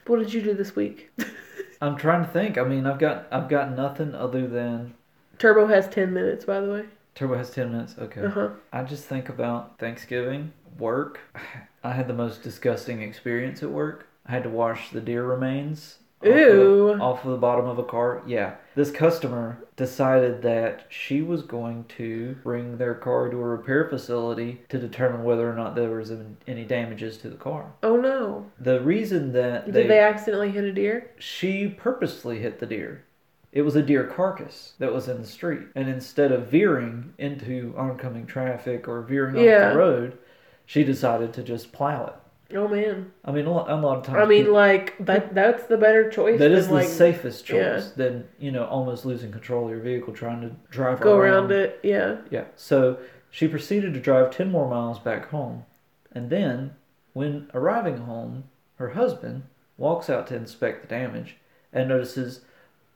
[SPEAKER 2] What did you do this week? [LAUGHS]
[SPEAKER 1] I'm trying to think. I mean, I've got I've got nothing other than
[SPEAKER 2] Turbo has 10 minutes, by the way.
[SPEAKER 1] Turbo has ten minutes. Okay.
[SPEAKER 2] Uh huh.
[SPEAKER 1] I just think about Thanksgiving, work. [SIGHS] I had the most disgusting experience at work. I had to wash the deer remains off of-
[SPEAKER 2] Ooh.
[SPEAKER 1] off of the bottom of a car. Yeah. This customer decided that she was going to bring their car to a repair facility to determine whether or not there was any damages to the car.
[SPEAKER 2] Oh no.
[SPEAKER 1] The reason that
[SPEAKER 2] Did they accidentally hit a deer?
[SPEAKER 1] she purposely hit the deer. It was a deer carcass that was in the street. And instead of veering into oncoming traffic or veering off
[SPEAKER 2] Yeah.
[SPEAKER 1] the road, she decided to just plow it.
[SPEAKER 2] Oh man.
[SPEAKER 1] I mean, a lot, a lot of times.
[SPEAKER 2] I mean,
[SPEAKER 1] people-
[SPEAKER 2] like that that's the better choice.
[SPEAKER 1] Oh, that is
[SPEAKER 2] than,
[SPEAKER 1] the
[SPEAKER 2] like,
[SPEAKER 1] safest choice
[SPEAKER 2] yeah.
[SPEAKER 1] than, you know, almost losing control of your vehicle trying to drive
[SPEAKER 2] Go around it. Yeah.
[SPEAKER 1] Yeah. So she proceeded to drive 10 more miles back home. And then, when arriving home, her husband walks out to inspect the damage and notices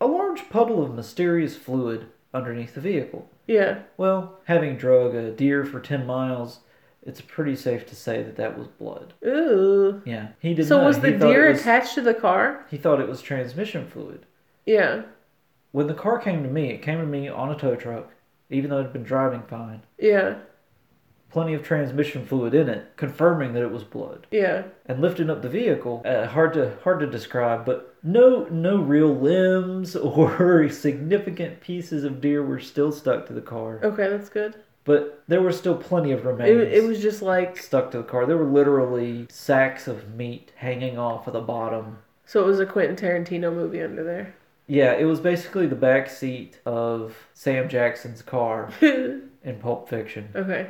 [SPEAKER 1] a large puddle of mysterious fluid underneath the vehicle.
[SPEAKER 2] Yeah.
[SPEAKER 1] Well, having drug a deer for 10 miles, it's pretty safe to say that that was blood.
[SPEAKER 2] Ooh.
[SPEAKER 1] Yeah. He didn't
[SPEAKER 2] So
[SPEAKER 1] know.
[SPEAKER 2] was
[SPEAKER 1] He
[SPEAKER 2] the
[SPEAKER 1] thought it
[SPEAKER 2] deer
[SPEAKER 1] was-
[SPEAKER 2] attached to the car?
[SPEAKER 1] He thought it was transmission fluid.
[SPEAKER 2] Yeah.
[SPEAKER 1] When the car came to me, it came to me on a tow truck, even though it had been driving fine.
[SPEAKER 2] Yeah.
[SPEAKER 1] plenty of transmission fluid in it, confirming that it was blood.
[SPEAKER 2] Yeah.
[SPEAKER 1] And lifting up the vehicle, uh, hard to hard to describe, but no no real limbs [LAUGHS] or significant pieces of deer were still stuck to the car.
[SPEAKER 2] Okay, that's good.
[SPEAKER 1] But there were still plenty of
[SPEAKER 2] It,
[SPEAKER 1] remains
[SPEAKER 2] it was just like
[SPEAKER 1] stuck to the car. There were literally sacks of meat hanging off of the bottom.
[SPEAKER 2] so it was a Quentin Tarantino movie under there.
[SPEAKER 1] Yeah, it was basically the back seat of Sam Jackson's
[SPEAKER 2] [LAUGHS]
[SPEAKER 1] car in Pulp Fiction.
[SPEAKER 2] okay.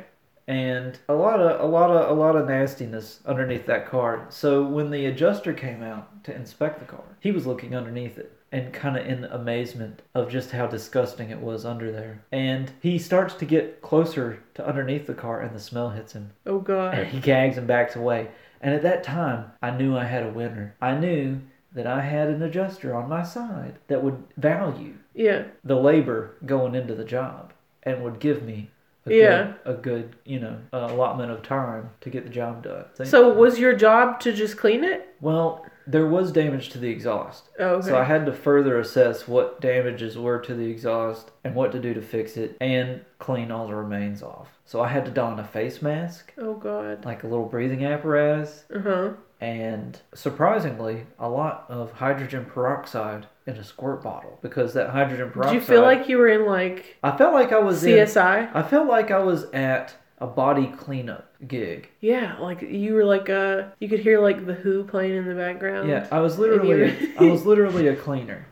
[SPEAKER 1] and a lot of a lot of a lot of nastiness underneath that car. So when the adjuster came out to inspect the car, he was looking underneath it and kind of in amazement of just how disgusting it was under there. And he starts to get closer to underneath the car and the smell hits him.
[SPEAKER 2] Oh
[SPEAKER 1] And
[SPEAKER 2] god.
[SPEAKER 1] he gags and backs away. And at that time, I knew I had a winner. I knew that I had an adjuster on my side that would value
[SPEAKER 2] Yeah.
[SPEAKER 1] the labor going into the job and would give me a
[SPEAKER 2] Yeah.
[SPEAKER 1] good, a good you know uh, allotment of time to get the job done. Think-
[SPEAKER 2] So was your job to just clean it?
[SPEAKER 1] well, there was damage to the exhaust,
[SPEAKER 2] Oh, okay.
[SPEAKER 1] so I had to further assess what damages were to the exhaust and what to do to fix it and clean all the remains off. So I had to don a face mask,
[SPEAKER 2] oh god.
[SPEAKER 1] like a little breathing apparatus,
[SPEAKER 2] Uh huh.
[SPEAKER 1] and surprisingly, a lot of hydrogen peroxide in a squirt bottle because that hydrogen
[SPEAKER 2] Did
[SPEAKER 1] peroxide.
[SPEAKER 2] you feel like you were in like
[SPEAKER 1] I felt like I was in
[SPEAKER 2] CSI?
[SPEAKER 1] I felt like I was at a body cleanup gig.
[SPEAKER 2] Yeah, like you were like uh you could hear like the Who playing in the background.
[SPEAKER 1] Yeah, I was literally
[SPEAKER 2] And you-
[SPEAKER 1] I was literally a cleaner.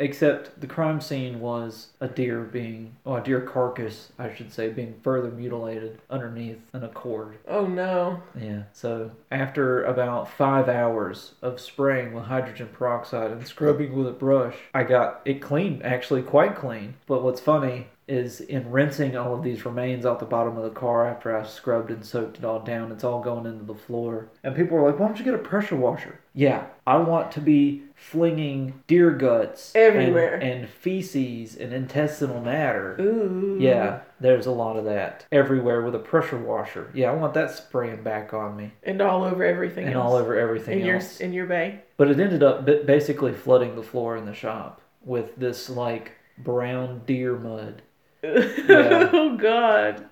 [SPEAKER 1] Except the crime scene was a deer being, or a deer carcass, I should say, being further mutilated underneath an accord.
[SPEAKER 2] Oh no.
[SPEAKER 1] Yeah. So after about five hours of spraying with hydrogen peroxide and scrubbing with a brush, I got it clean, actually quite clean. But what's funny is in rinsing all of these remains out the bottom of the car after I scrubbed and soaked it all down. It's all going into the floor. And people are like, why don't you get a pressure washer? Yeah, I want to be flinging deer guts and-
[SPEAKER 2] Everywhere.
[SPEAKER 1] and feces and intestinal matter.
[SPEAKER 2] Ooh.
[SPEAKER 1] Yeah, there's a lot of that everywhere with a pressure washer. Yeah, I want that spraying back on me
[SPEAKER 2] And all over everything
[SPEAKER 1] and
[SPEAKER 2] else.
[SPEAKER 1] all over everything
[SPEAKER 2] in your
[SPEAKER 1] else.
[SPEAKER 2] in your bay.
[SPEAKER 1] But it ended up ba- basically flooding the floor in the shop with this like brown deer mud,
[SPEAKER 2] [LAUGHS] oh god.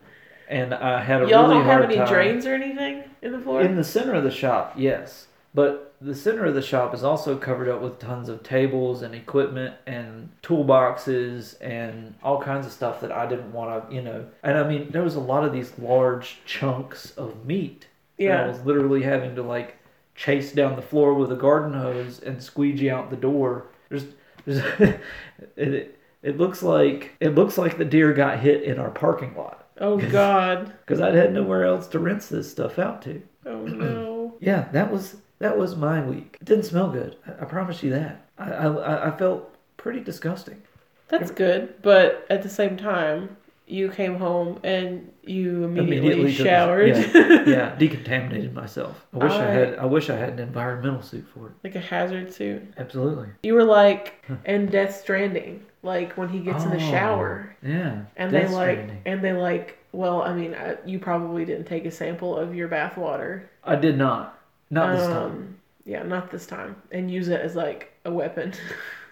[SPEAKER 1] and I had a
[SPEAKER 2] Y'all
[SPEAKER 1] really
[SPEAKER 2] don't have
[SPEAKER 1] hard
[SPEAKER 2] any
[SPEAKER 1] time.
[SPEAKER 2] drains or anything in the floor?
[SPEAKER 1] In the center of the shop, yes. But the center of the shop is also covered up with tons of tables and equipment and toolboxes and all kinds of stuff that I didn't want to, you know. And I mean, there was a lot of these large chunks of meat. that I
[SPEAKER 2] Yeah.
[SPEAKER 1] was literally having to like chase down the floor with a garden hose and squeegee out the door. There's, there's [LAUGHS] it, it looks like it looks like the deer got hit in our parking lot [LAUGHS]
[SPEAKER 2] oh god.
[SPEAKER 1] because I'd had nowhere else to rinse this stuff out to. [CLEARS THROAT]
[SPEAKER 2] Oh no.
[SPEAKER 1] Yeah, that was that was my week. It didn't smell good. I, I promise you that. I, I I felt pretty [LAUGHS] disgusting.
[SPEAKER 2] That's good, but at the same time, you came home and you immediately,
[SPEAKER 1] took a-
[SPEAKER 2] showered.
[SPEAKER 1] yeah,
[SPEAKER 2] [LAUGHS]
[SPEAKER 1] yeah, decontaminated myself. I wish I,
[SPEAKER 2] I-
[SPEAKER 1] had I wish I had an environmental suit for it.
[SPEAKER 2] like a hazard suit.
[SPEAKER 1] Absolutely.
[SPEAKER 2] You were like in Death Stranding, like when he gets in the
[SPEAKER 1] Oh,
[SPEAKER 2] shower
[SPEAKER 1] Yeah.
[SPEAKER 2] and
[SPEAKER 1] Death
[SPEAKER 2] they like
[SPEAKER 1] Stranding.
[SPEAKER 2] and they like. Well, I mean, I, you probably didn't take a sample of your bath water.
[SPEAKER 1] I did not. Not this
[SPEAKER 2] Um,
[SPEAKER 1] time.
[SPEAKER 2] Yeah, not this time. And use it as like a weapon.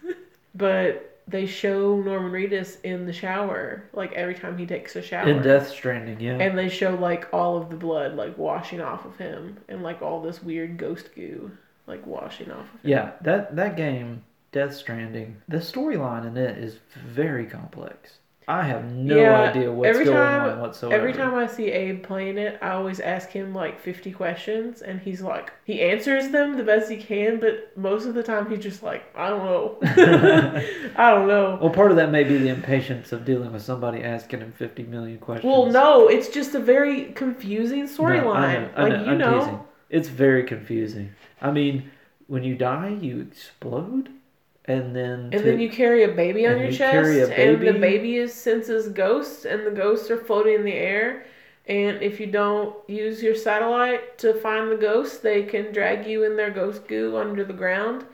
[SPEAKER 2] [LAUGHS] but they show Norman Reedus in the shower, like every time he takes a shower.
[SPEAKER 1] In Death Stranding, yeah.
[SPEAKER 2] And they show like all of the blood like washing off of him and like all this weird ghost goo like washing off of him.
[SPEAKER 1] yeah, that that game, Death Stranding, the storyline in it is very complex. I have no
[SPEAKER 2] Yeah,
[SPEAKER 1] idea what's
[SPEAKER 2] every
[SPEAKER 1] going
[SPEAKER 2] time-
[SPEAKER 1] on whatsoever.
[SPEAKER 2] Every time I see Abe playing it, I always ask him like 50 questions and he's like, he answers them the best he can, but most of the time he's just like, I don't know. [LAUGHS] I don't know.
[SPEAKER 1] [LAUGHS] Well, part of that may be the impatience of dealing with somebody asking him 50 million questions.
[SPEAKER 2] Well, no, it's just a very confusing
[SPEAKER 1] No, I know,
[SPEAKER 2] storyline.
[SPEAKER 1] I know,
[SPEAKER 2] like you
[SPEAKER 1] I'm
[SPEAKER 2] know,
[SPEAKER 1] teasing. It's very confusing. I mean, when you die, you explode, and then.
[SPEAKER 2] and then you carry a baby on
[SPEAKER 1] and
[SPEAKER 2] your
[SPEAKER 1] you
[SPEAKER 2] chest,
[SPEAKER 1] carry a
[SPEAKER 2] and the
[SPEAKER 1] baby.
[SPEAKER 2] baby is senses ghosts, and the ghosts are floating in the air. And if you don't use your satellite to find the ghosts, they can drag you in their ghost goo under the ground,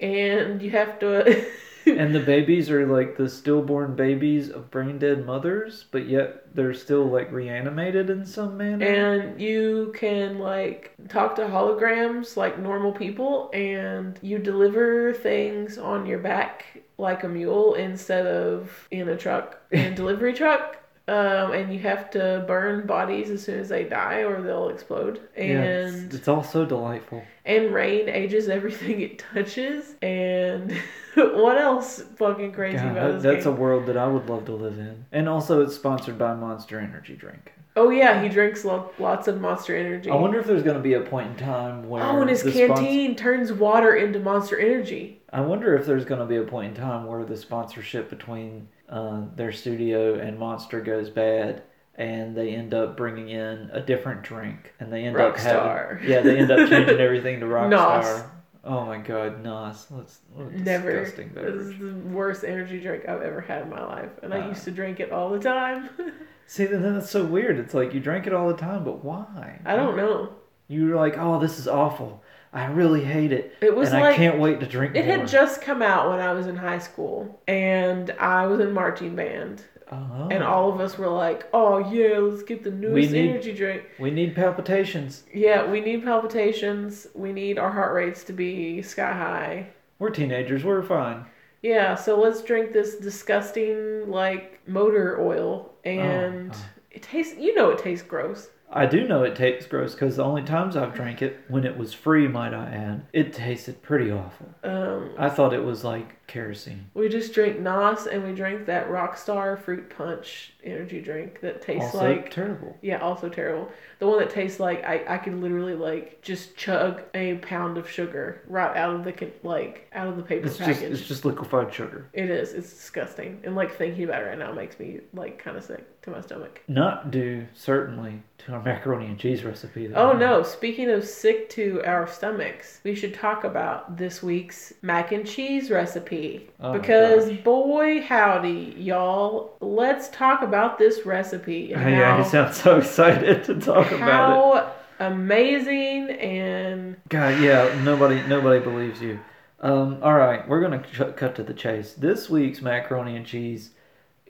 [SPEAKER 2] and you have to. [LAUGHS]
[SPEAKER 1] And the babies are like the stillborn babies of brain dead mothers, but yet they're still like reanimated in some manner.
[SPEAKER 2] and you can like talk to holograms like normal people and you deliver things on your back like a mule instead of in a truck
[SPEAKER 1] [LAUGHS]
[SPEAKER 2] in a delivery truck um, and you have to burn bodies as soon as they die or they'll explode
[SPEAKER 1] yeah, it's-
[SPEAKER 2] and
[SPEAKER 1] it's, all so delightful.
[SPEAKER 2] and rain ages everything it touches and [LAUGHS] what else fucking crazy
[SPEAKER 1] God,
[SPEAKER 2] about this
[SPEAKER 1] that- that's
[SPEAKER 2] game?
[SPEAKER 1] a world that I would love to live in. And also, it's sponsored by Monster Energy Drink.
[SPEAKER 2] oh yeah he drinks lo- lots of monster energy
[SPEAKER 1] I wonder if there's going to be a point in time where
[SPEAKER 2] Oh, and his
[SPEAKER 1] the sponsor-
[SPEAKER 2] canteen turns water into monster energy.
[SPEAKER 1] I wonder if there's going to be a point in time where the sponsorship between uh, their studio and Monster goes bad, and they end up bringing in a different drink, and they end up
[SPEAKER 2] Rockstar.
[SPEAKER 1] having yeah, they end up changing everything
[SPEAKER 2] [LAUGHS]
[SPEAKER 1] to
[SPEAKER 2] Nos.
[SPEAKER 1] Rockstar. Oh my God, Nos! Let's
[SPEAKER 2] Never.
[SPEAKER 1] disgusting
[SPEAKER 2] This
[SPEAKER 1] beverage.
[SPEAKER 2] is the worst energy drink I've ever had in my life, and I
[SPEAKER 1] Ah.
[SPEAKER 2] used to drink it all the time. [LAUGHS]
[SPEAKER 1] See, then that's so weird. It's like you drink it all the time, but why?
[SPEAKER 2] I don't know.
[SPEAKER 1] You're like, oh, this is awful. I really hate it,
[SPEAKER 2] It was
[SPEAKER 1] and I
[SPEAKER 2] like
[SPEAKER 1] can't wait to drink
[SPEAKER 2] it
[SPEAKER 1] more.
[SPEAKER 2] had just come out when I was in high school, and I was in marching band,
[SPEAKER 1] oh,
[SPEAKER 2] and all of us were like, "Oh yeah, let's get the newest
[SPEAKER 1] need-
[SPEAKER 2] energy drink."
[SPEAKER 1] we need palpitations.
[SPEAKER 2] Yeah, we need palpitations. We need our heart rates to be sky high.
[SPEAKER 1] We're teenagers. We're fine.
[SPEAKER 2] Yeah, so let's drink this disgusting like motor oil, and
[SPEAKER 1] oh.
[SPEAKER 2] it tastes. You know, it tastes gross.
[SPEAKER 1] I do know it tastes gross because the only times I've drank it, when it was free, might I add, it tasted pretty awful.
[SPEAKER 2] Um,
[SPEAKER 1] I thought it was like kerosene.
[SPEAKER 2] We just drank Nos and we drank that Rockstar fruit punch energy drink that tastes
[SPEAKER 1] also
[SPEAKER 2] like
[SPEAKER 1] terrible.
[SPEAKER 2] yeah, also terrible. The one that tastes like I I could literally like just chug a pound of sugar right out of the con- like out of the paper
[SPEAKER 1] It's
[SPEAKER 2] package.
[SPEAKER 1] just it's just liquefied sugar.
[SPEAKER 2] It is. It's disgusting. And like thinking about it right now makes me like kind of sick to my stomach.
[SPEAKER 1] Not due certainly to our macaroni and cheese recipe. that
[SPEAKER 2] Oh
[SPEAKER 1] I made.
[SPEAKER 2] no, speaking of sick to our stomachs, we should talk about this week's mac and cheese recipe. recipe
[SPEAKER 1] Oh my
[SPEAKER 2] because
[SPEAKER 1] gosh.
[SPEAKER 2] boy howdy, y'all, let's talk about this recipe. and
[SPEAKER 1] [LAUGHS] [LAUGHS] yeah,
[SPEAKER 2] how-
[SPEAKER 1] you sound so excited to talk about it.
[SPEAKER 2] how amazing and
[SPEAKER 1] God, yeah, nobody nobody believes you. Um, all right, we're gonna ch- cut to the chase. This week's macaroni and cheese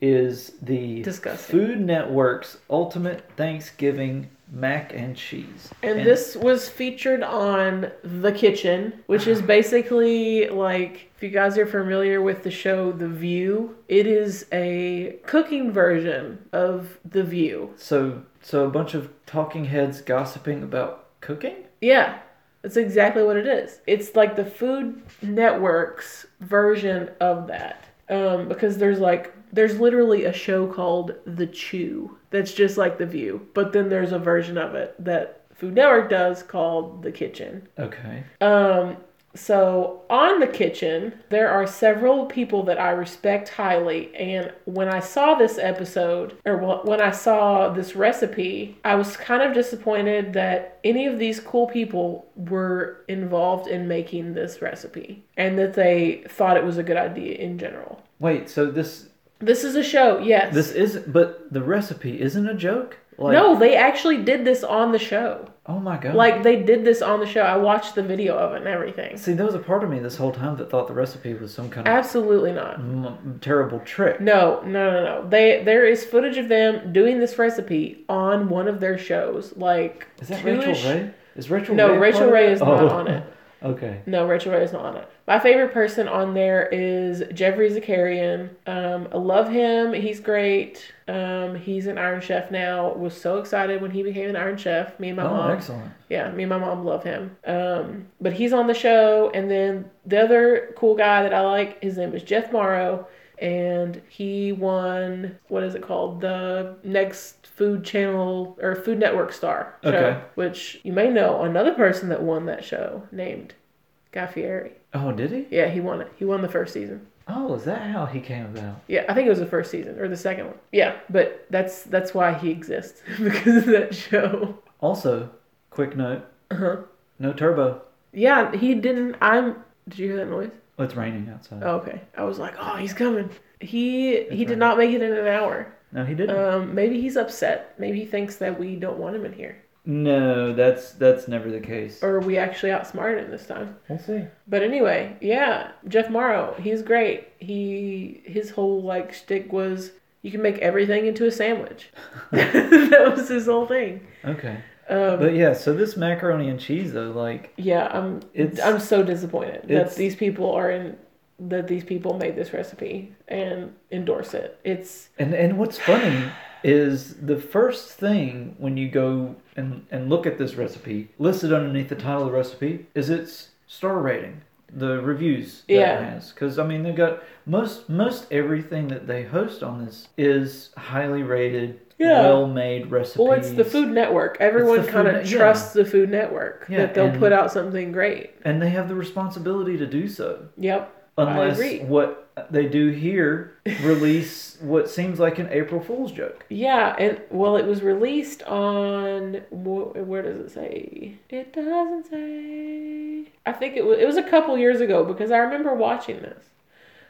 [SPEAKER 1] is the
[SPEAKER 2] Disgusting.
[SPEAKER 1] Food Network's ultimate Thanksgiving mac and cheese.
[SPEAKER 2] and this was featured on The Kitchen,
[SPEAKER 1] [SIGHS]
[SPEAKER 2] which is basically like if you guys are familiar with the show The View, it is a cooking version of The View.
[SPEAKER 1] So so a bunch of talking heads gossiping about cooking.
[SPEAKER 2] Yeah. That's exactly what it is. It's like the Food Network's version of that. Um, because there's like, there's literally a show called The Chew that's just like The View, but then there's a version of it that Food Network does called The Kitchen.
[SPEAKER 1] Okay.
[SPEAKER 2] Um, so on The Kitchen, there are several people that I respect highly. And when I saw this episode, or wh- when I saw this recipe, I was kind of disappointed that any of these cool people were involved in making this recipe and that they thought it was a good idea in general.
[SPEAKER 1] Wait. So this
[SPEAKER 2] This is a show, yes.
[SPEAKER 1] this isn't. But the recipe isn't a joke. Like,
[SPEAKER 2] no, they actually did this on the show.
[SPEAKER 1] Oh my god.
[SPEAKER 2] Like, they did this on the show. I watched the video of it and everything.
[SPEAKER 1] See, there was a part of me this whole time that thought the recipe was some kind of
[SPEAKER 2] Absolutely not.
[SPEAKER 1] m- terrible trick.
[SPEAKER 2] No, no, no, no. They there is footage of them doing this recipe on one of their shows. Like
[SPEAKER 1] Is that
[SPEAKER 2] two-ish-
[SPEAKER 1] Rachel Ray? Is Rachel
[SPEAKER 2] No,
[SPEAKER 1] Ray
[SPEAKER 2] Rachel
[SPEAKER 1] part of
[SPEAKER 2] Ray
[SPEAKER 1] it?
[SPEAKER 2] is not
[SPEAKER 1] Oh,
[SPEAKER 2] on it.
[SPEAKER 1] [LAUGHS] Okay.
[SPEAKER 2] No, Rachel Ray is not on it. My favorite person on there is Jeffrey Zakarian. Um, I love him. He's great. Um, he's an Iron Chef now. Was so excited when he became an Iron Chef. Me and my
[SPEAKER 1] oh,
[SPEAKER 2] mom.
[SPEAKER 1] excellent.
[SPEAKER 2] Yeah, me and my mom love him. Um, but he's on the show, and then the other cool guy that I like, his name is Jeff Morrow, and he won what is it called? The next Food Channel or Food Network Star show,
[SPEAKER 1] Okay.
[SPEAKER 2] which you may know another person that won that show named Guy Fieri.
[SPEAKER 1] Oh, did he?
[SPEAKER 2] Yeah, he won it. He won the first season.
[SPEAKER 1] Oh, is that how he came about?
[SPEAKER 2] Yeah, I think it was the first season or the second one. Yeah, but that's that's why he exists [LAUGHS] because of that show.
[SPEAKER 1] Also, quick note:
[SPEAKER 2] Uh-huh.
[SPEAKER 1] no turbo.
[SPEAKER 2] Yeah, he didn't. I'm. Did you hear that noise?
[SPEAKER 1] Oh, it's raining outside.
[SPEAKER 2] Oh, okay. I was like, oh, he's coming. He he
[SPEAKER 1] right.
[SPEAKER 2] did not make it in an hour.
[SPEAKER 1] No, he didn't.
[SPEAKER 2] Um, maybe he's upset. Maybe he thinks that we don't want him in here,
[SPEAKER 1] no, that's that's never the case.
[SPEAKER 2] or we actually outsmarted him this time.
[SPEAKER 1] We'll see.
[SPEAKER 2] But anyway, yeah, Jeff Morrow, he's great. He his whole like shtick was you can make everything into a sandwich. [LAUGHS] that was his whole thing.
[SPEAKER 1] Okay.
[SPEAKER 2] Um,
[SPEAKER 1] But yeah, so this macaroni and cheese though, like,
[SPEAKER 2] yeah, I'm
[SPEAKER 1] It's-
[SPEAKER 2] I'm so disappointed that
[SPEAKER 1] it's-
[SPEAKER 2] these people are in that these people made this recipe and endorse it. It's
[SPEAKER 1] and and what's funny is the first thing when you go and and look at this recipe listed underneath the title of the recipe is its star rating, the reviews that
[SPEAKER 2] Yeah.
[SPEAKER 1] it has. Because I mean, they've got most most everything that they host on this is highly rated,
[SPEAKER 2] Yeah.
[SPEAKER 1] well-made recipes.
[SPEAKER 2] Well, it's the Food Network. Everyone
[SPEAKER 1] Food
[SPEAKER 2] kind
[SPEAKER 1] Net-
[SPEAKER 2] of
[SPEAKER 1] yeah.
[SPEAKER 2] trusts the Food Network
[SPEAKER 1] Yeah,
[SPEAKER 2] that they'll
[SPEAKER 1] and-
[SPEAKER 2] put out something great.
[SPEAKER 1] and they have the responsibility to do so.
[SPEAKER 2] Yep.
[SPEAKER 1] Unless
[SPEAKER 2] agree.
[SPEAKER 1] what they do here release what seems like an April Fool's joke.
[SPEAKER 2] Yeah, and well, it was released on wh- where does it say? It doesn't say. I think it was. It was a couple years ago because I remember watching this.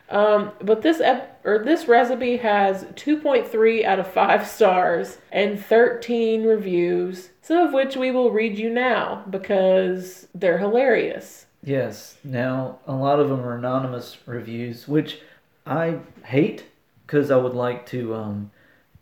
[SPEAKER 2] Um, but this ep- or this recipe has 2.3 out of 5 [LAUGHS] stars and 13 reviews, some of which we will read you now because they're hilarious.
[SPEAKER 1] Yes. Now, a lot of them are anonymous reviews, which I hate because I would like to, um,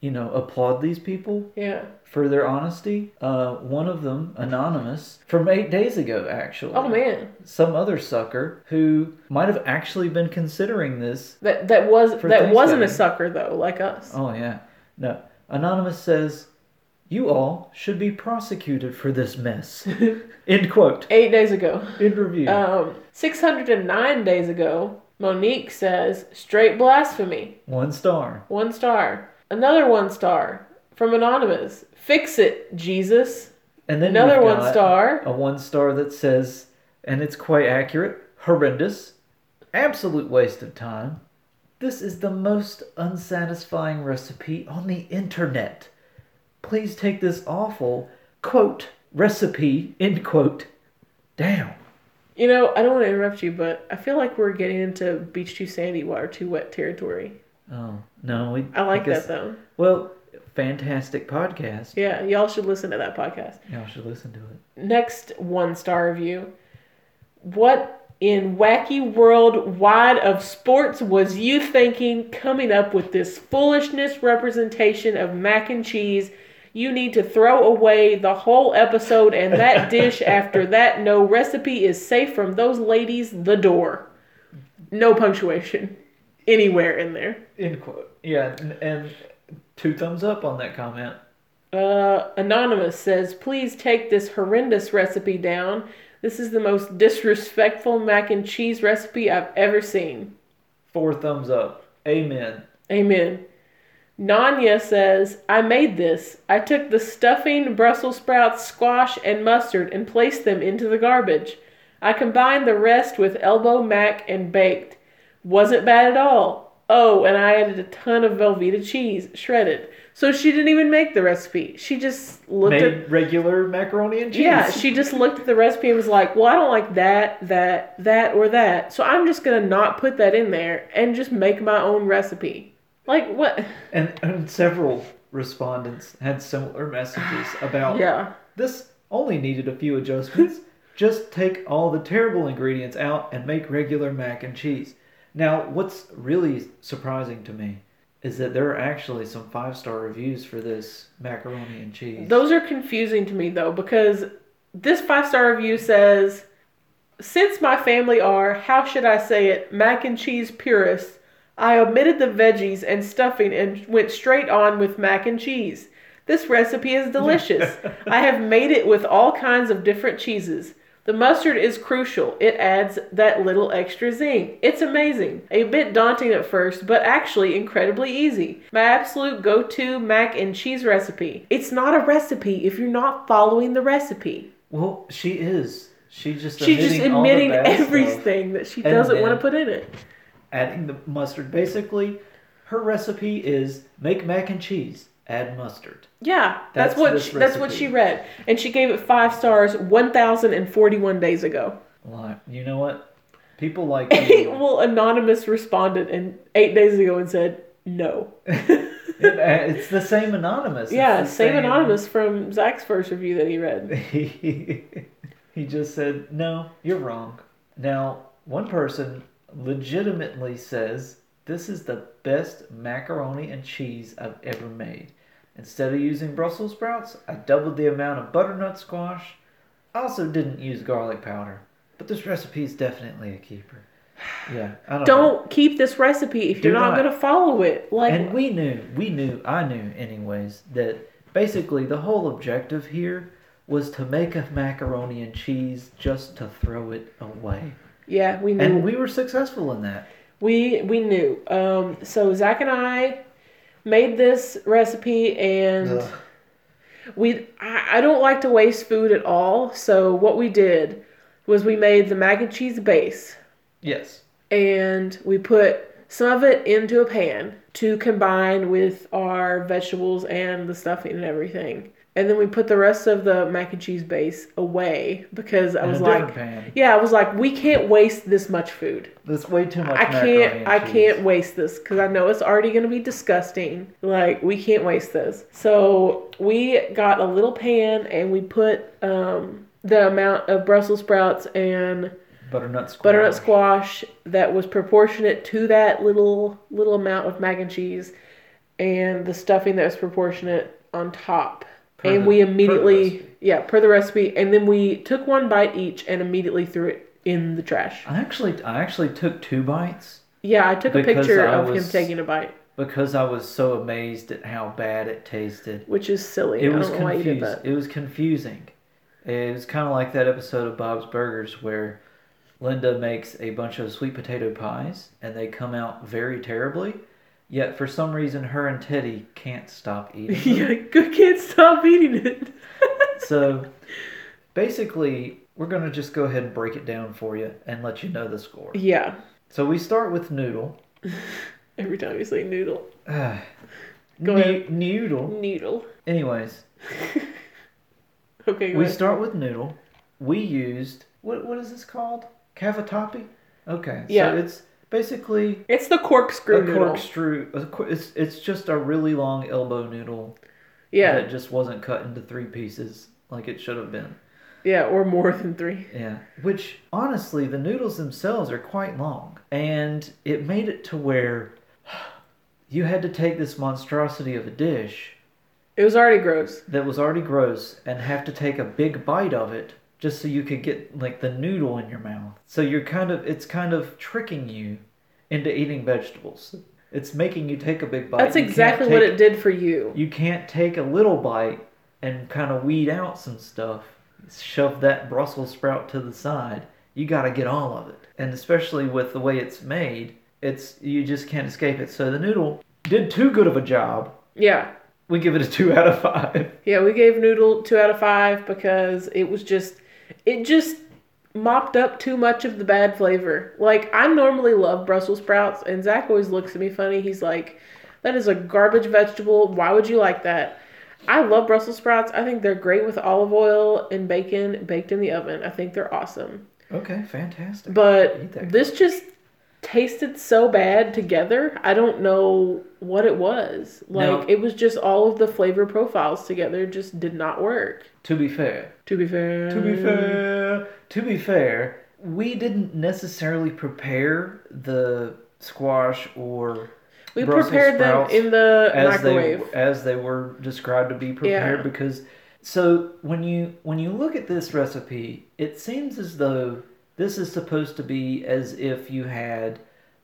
[SPEAKER 1] you know, applaud these people
[SPEAKER 2] Yeah.
[SPEAKER 1] for their honesty. Uh, one of them, anonymous, from eight days ago, actually.
[SPEAKER 2] Oh man.
[SPEAKER 1] Some other sucker who might have actually been considering this.
[SPEAKER 2] That that was
[SPEAKER 1] For
[SPEAKER 2] that wasn't a
[SPEAKER 1] Thanksgiving.
[SPEAKER 2] sucker though, like us.
[SPEAKER 1] Oh, yeah. No. Anonymous says, You all should be prosecuted for this
[SPEAKER 2] [LAUGHS]
[SPEAKER 1] mess. End quote.
[SPEAKER 2] Eight days ago,
[SPEAKER 1] End review.
[SPEAKER 2] um, six hundred and nine days ago, Monique says straight blasphemy,
[SPEAKER 1] one star.
[SPEAKER 2] one star. Another one star from anonymous. Fix it, Jesus.
[SPEAKER 1] And then
[SPEAKER 2] Another
[SPEAKER 1] we've
[SPEAKER 2] one
[SPEAKER 1] got-
[SPEAKER 2] star.
[SPEAKER 1] a one star that says, and it's quite accurate, horrendous, absolute waste of time. This is the most unsatisfying recipe on the internet. Please take this awful, quote, recipe, end quote, down.
[SPEAKER 2] You know, I don't want to interrupt you, but I feel like we're getting into beach too sandy, water too wet territory.
[SPEAKER 1] Oh no, we.
[SPEAKER 2] I like
[SPEAKER 1] guess-
[SPEAKER 2] that though.
[SPEAKER 1] Well, fantastic podcast.
[SPEAKER 2] Yeah, y'all should listen to that podcast.
[SPEAKER 1] Y'all should listen to it.
[SPEAKER 2] Next one star review. What in wacky world wide of sports was you thinking coming up with this foolishness representation of mac and cheese? You need to throw away the whole episode and that dish after that. No recipe is safe from those ladies, the door. No punctuation anywhere in there.
[SPEAKER 1] End quote. Yeah, and, and two thumbs up on that comment.
[SPEAKER 2] Uh, Anonymous says, please take this horrendous recipe down. This is the most disrespectful mac and cheese recipe I've ever seen.
[SPEAKER 1] Four thumbs up. Amen.
[SPEAKER 2] Amen. Nanya says, I made this. I took the stuffing, Brussels sprouts, squash, and mustard and placed them into the garbage. I combined the rest with elbow mac and baked. Wasn't bad at all. Oh, and I added a ton of Velveeta cheese, shredded. So she didn't even make the recipe. She just looked at
[SPEAKER 1] Made regular macaroni and cheese.
[SPEAKER 2] Yeah, she just looked at the recipe and was like, "Well, I don't like that, that, that, or that, so I'm just gonna not put that in there and just make my own recipe." Like what?
[SPEAKER 1] and, and several respondents had similar
[SPEAKER 2] [SIGHS]
[SPEAKER 1] messages about
[SPEAKER 2] Yeah,
[SPEAKER 1] this only needed a few
[SPEAKER 2] [LAUGHS]
[SPEAKER 1] adjustments. Just take all the terrible ingredients out and make regular mac and cheese. Now, what's really surprising to me is that there are actually some five star reviews for this macaroni and cheese.
[SPEAKER 2] those are confusing to me though because this five star review says, "Since my family are, how should I say it, mac and cheese purists, I omitted the veggies and stuffing and went straight on with mac and cheese." This recipe is delicious. I have made it with all kinds of different cheeses. The mustard is crucial. It adds that little extra zing. It's amazing. A bit daunting at first, but actually incredibly easy. My absolute go to mac and cheese recipe. It's not a recipe if you're not following the recipe.
[SPEAKER 1] well, she is. She just
[SPEAKER 2] She's just
[SPEAKER 1] all the
[SPEAKER 2] admitting
[SPEAKER 1] bad stuff,
[SPEAKER 2] everything that she doesn't
[SPEAKER 1] then-
[SPEAKER 2] want to put in it.
[SPEAKER 1] adding the mustard. Basically, her recipe is make mac and cheese, add mustard.
[SPEAKER 2] Yeah, that's,
[SPEAKER 1] That's
[SPEAKER 2] what
[SPEAKER 1] this
[SPEAKER 2] she, that's what
[SPEAKER 1] recipe.
[SPEAKER 2] she read, and she gave it five stars 1,041 days ago.
[SPEAKER 1] Like, you know what? People
[SPEAKER 2] [LAUGHS]
[SPEAKER 1] like you.
[SPEAKER 2] well, anonymous responded and eight days ago and said
[SPEAKER 1] [LAUGHS]
[SPEAKER 2] no.
[SPEAKER 1] it's the same anonymous. It's
[SPEAKER 2] yeah,
[SPEAKER 1] the
[SPEAKER 2] same anonymous from Zach's first review that he read.
[SPEAKER 1] [LAUGHS] he just said, No, you're wrong. Now, one person legitimately says, This is the best macaroni and cheese I've ever made. Instead of using Brussels sprouts, I doubled the amount of butternut squash. I also didn't use garlic powder. But this recipe is definitely a keeper. [SIGHS] Yeah, I don't, know.
[SPEAKER 2] Don't keep this recipe if
[SPEAKER 1] Do
[SPEAKER 2] you're not,
[SPEAKER 1] not.
[SPEAKER 2] going to follow it. Like,
[SPEAKER 1] And we knew, we knew, I knew, anyways, that basically the whole objective here was to make a macaroni and cheese just to throw it away.
[SPEAKER 2] yeah, we knew.
[SPEAKER 1] And we were successful in that.
[SPEAKER 2] we we knew. Um, so Zach and I made this recipe, and
[SPEAKER 1] Ugh.
[SPEAKER 2] we I, I don't like to waste food at all. So what we did was we made the mac and cheese base.
[SPEAKER 1] Yes.
[SPEAKER 2] and we put some of it into a pan to combine with our vegetables and the stuffing and everything. And then we put the rest of the mac and cheese base away because
[SPEAKER 1] In
[SPEAKER 2] I
[SPEAKER 1] a
[SPEAKER 2] was
[SPEAKER 1] different
[SPEAKER 2] like,
[SPEAKER 1] pan.
[SPEAKER 2] yeah, I was like, we can't waste this much food.
[SPEAKER 1] That's way too much
[SPEAKER 2] I
[SPEAKER 1] macaroni
[SPEAKER 2] can't,
[SPEAKER 1] and
[SPEAKER 2] I
[SPEAKER 1] cheese.
[SPEAKER 2] can't waste this because I know it's already going to be disgusting. Like we can't waste this. So we got a little pan and we put um, the amount of Brussels sprouts and
[SPEAKER 1] Butternut squash.
[SPEAKER 2] butternut squash that was proportionate to that little little amount of mac and cheese and the stuffing that was proportionate on top
[SPEAKER 1] Per
[SPEAKER 2] and
[SPEAKER 1] the-
[SPEAKER 2] we
[SPEAKER 1] per the
[SPEAKER 2] immediately
[SPEAKER 1] recipe.
[SPEAKER 2] yeah per the recipe and then we took one bite each and immediately threw it in the trash
[SPEAKER 1] I actually, I actually took two bites
[SPEAKER 2] yeah i took a
[SPEAKER 1] Because
[SPEAKER 2] picture
[SPEAKER 1] I
[SPEAKER 2] of him
[SPEAKER 1] was-
[SPEAKER 2] taking a bite
[SPEAKER 1] because I was so amazed at how bad it tasted.
[SPEAKER 2] which is silly
[SPEAKER 1] It
[SPEAKER 2] i
[SPEAKER 1] was
[SPEAKER 2] don't know why you did
[SPEAKER 1] confused.
[SPEAKER 2] that
[SPEAKER 1] It was confusing. It was kind of like that episode of Bob's Burgers where Linda makes a bunch of sweet potato pies and they come out very terribly. Yet for some reason, her and Teddy can't stop
[SPEAKER 2] [LAUGHS]
[SPEAKER 1] eating. them.
[SPEAKER 2] yeah good kid stop eating it
[SPEAKER 1] so basically, we're gonna just go ahead and break it down for you and let you know the score.
[SPEAKER 2] yeah
[SPEAKER 1] So we start with noodle. [SIGHS]
[SPEAKER 2] every time you say noodle
[SPEAKER 1] Ah,
[SPEAKER 2] Go
[SPEAKER 1] nu-
[SPEAKER 2] ahead.
[SPEAKER 1] Noodle.
[SPEAKER 2] noodle
[SPEAKER 1] Anyways,
[SPEAKER 2] okay go
[SPEAKER 1] we
[SPEAKER 2] ahead.
[SPEAKER 1] start with noodle. We used what what is this called? Cavatappi? Okay.
[SPEAKER 2] Yeah.
[SPEAKER 1] So it's basically
[SPEAKER 2] It's the corkscrew
[SPEAKER 1] a
[SPEAKER 2] noodle.
[SPEAKER 1] corkscrew. a cor- It's it's just a really long elbow noodle
[SPEAKER 2] yeah,
[SPEAKER 1] that just wasn't cut into three pieces like it should have been.
[SPEAKER 2] yeah, or more than three.
[SPEAKER 1] Yeah. Which honestly, the noodles themselves are quite long, and it made it to where [SIGHS] you had to take this monstrosity of a dish
[SPEAKER 2] It was already gross.
[SPEAKER 1] that was already gross and have to take a big bite of it just so you could get like the noodle in your mouth. So you're kind of it's kind of tricking you into eating vegetables. It's making you take a big bite.
[SPEAKER 2] That's
[SPEAKER 1] You can't
[SPEAKER 2] exactly
[SPEAKER 1] take-
[SPEAKER 2] what it did for you.
[SPEAKER 1] You can't take a little bite and kind of weed out some stuff. Shove that Brussels sprout to the side. You got to get all of it. And especially with the way it's made, it's you just can't escape it. So the noodle did too good of a job.
[SPEAKER 2] Yeah,
[SPEAKER 1] We give it a 2 out of 5.
[SPEAKER 2] yeah. We gave noodle two out of five because it was just, it just mopped up too much of the bad flavor. Like I normally love Brussels sprouts, and Zach always looks at me funny. He's like, "That is a garbage vegetable. Why would you like that?" I love Brussels sprouts. I think they're great with olive oil and bacon baked in the oven. I think they're awesome.
[SPEAKER 1] Okay, fantastic. Eat that.
[SPEAKER 2] But this just tasted so bad together. I don't know what it was. Like
[SPEAKER 1] No.
[SPEAKER 2] it was just all of the flavor profiles together just did not work.
[SPEAKER 1] To be fair.
[SPEAKER 2] To be fair.
[SPEAKER 1] To be fair. To be fair, we didn't necessarily prepare the squash or
[SPEAKER 2] We
[SPEAKER 1] Brussels
[SPEAKER 2] prepared them
[SPEAKER 1] sprouts
[SPEAKER 2] in the
[SPEAKER 1] as they
[SPEAKER 2] microwave.
[SPEAKER 1] as they were described to be prepared
[SPEAKER 2] Yeah.
[SPEAKER 1] because so when you when you look at this recipe, it seems as though this is supposed to be as if you had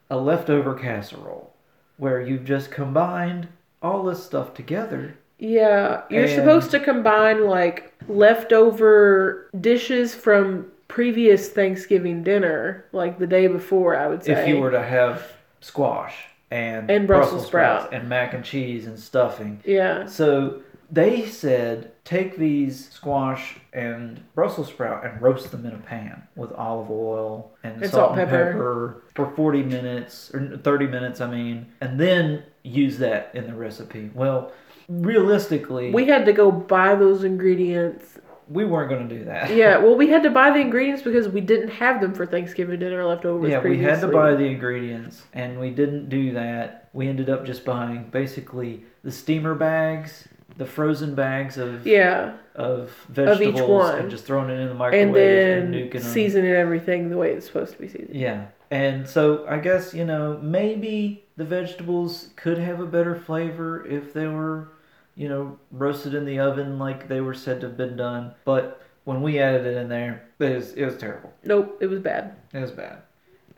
[SPEAKER 1] a leftover casserole where you've just combined all this stuff together.
[SPEAKER 2] Yeah, you're
[SPEAKER 1] And-
[SPEAKER 2] supposed to combine like leftover dishes from previous Thanksgiving dinner, like the day before, I would say.
[SPEAKER 1] if you were to have squash and,
[SPEAKER 2] And Brussels sprout.
[SPEAKER 1] and mac and cheese and stuffing.
[SPEAKER 2] Yeah.
[SPEAKER 1] So they said take these squash and Brussels sprout and roast them in a pan with olive oil and,
[SPEAKER 2] And
[SPEAKER 1] salt,
[SPEAKER 2] salt,
[SPEAKER 1] and
[SPEAKER 2] pepper.
[SPEAKER 1] pepper for 40 minutes or 30 minutes, I mean, and then use that in the recipe. Well, realistically,
[SPEAKER 2] We had to go buy those ingredients
[SPEAKER 1] we weren't going to do that.
[SPEAKER 2] Yeah, well, we had to buy the ingredients because we didn't have them for Thanksgiving dinner leftovers.
[SPEAKER 1] Yeah, we had to
[SPEAKER 2] previously.
[SPEAKER 1] buy the ingredients, and we didn't do that. We ended up just buying basically the steamer bags, the frozen bags of
[SPEAKER 2] Yeah,
[SPEAKER 1] of vegetables,
[SPEAKER 2] one.
[SPEAKER 1] and just throwing it in the microwave
[SPEAKER 2] and
[SPEAKER 1] and,
[SPEAKER 2] then
[SPEAKER 1] nuking them.
[SPEAKER 2] seasoning everything the way it's supposed to be seasoned.
[SPEAKER 1] Yeah, and so I guess you know maybe the vegetables could have a better flavor if they were, you know, roasted in the oven like they were said to have been done. But when we added it in there, it was, it was terrible.
[SPEAKER 2] Nope, it was bad.
[SPEAKER 1] It was bad.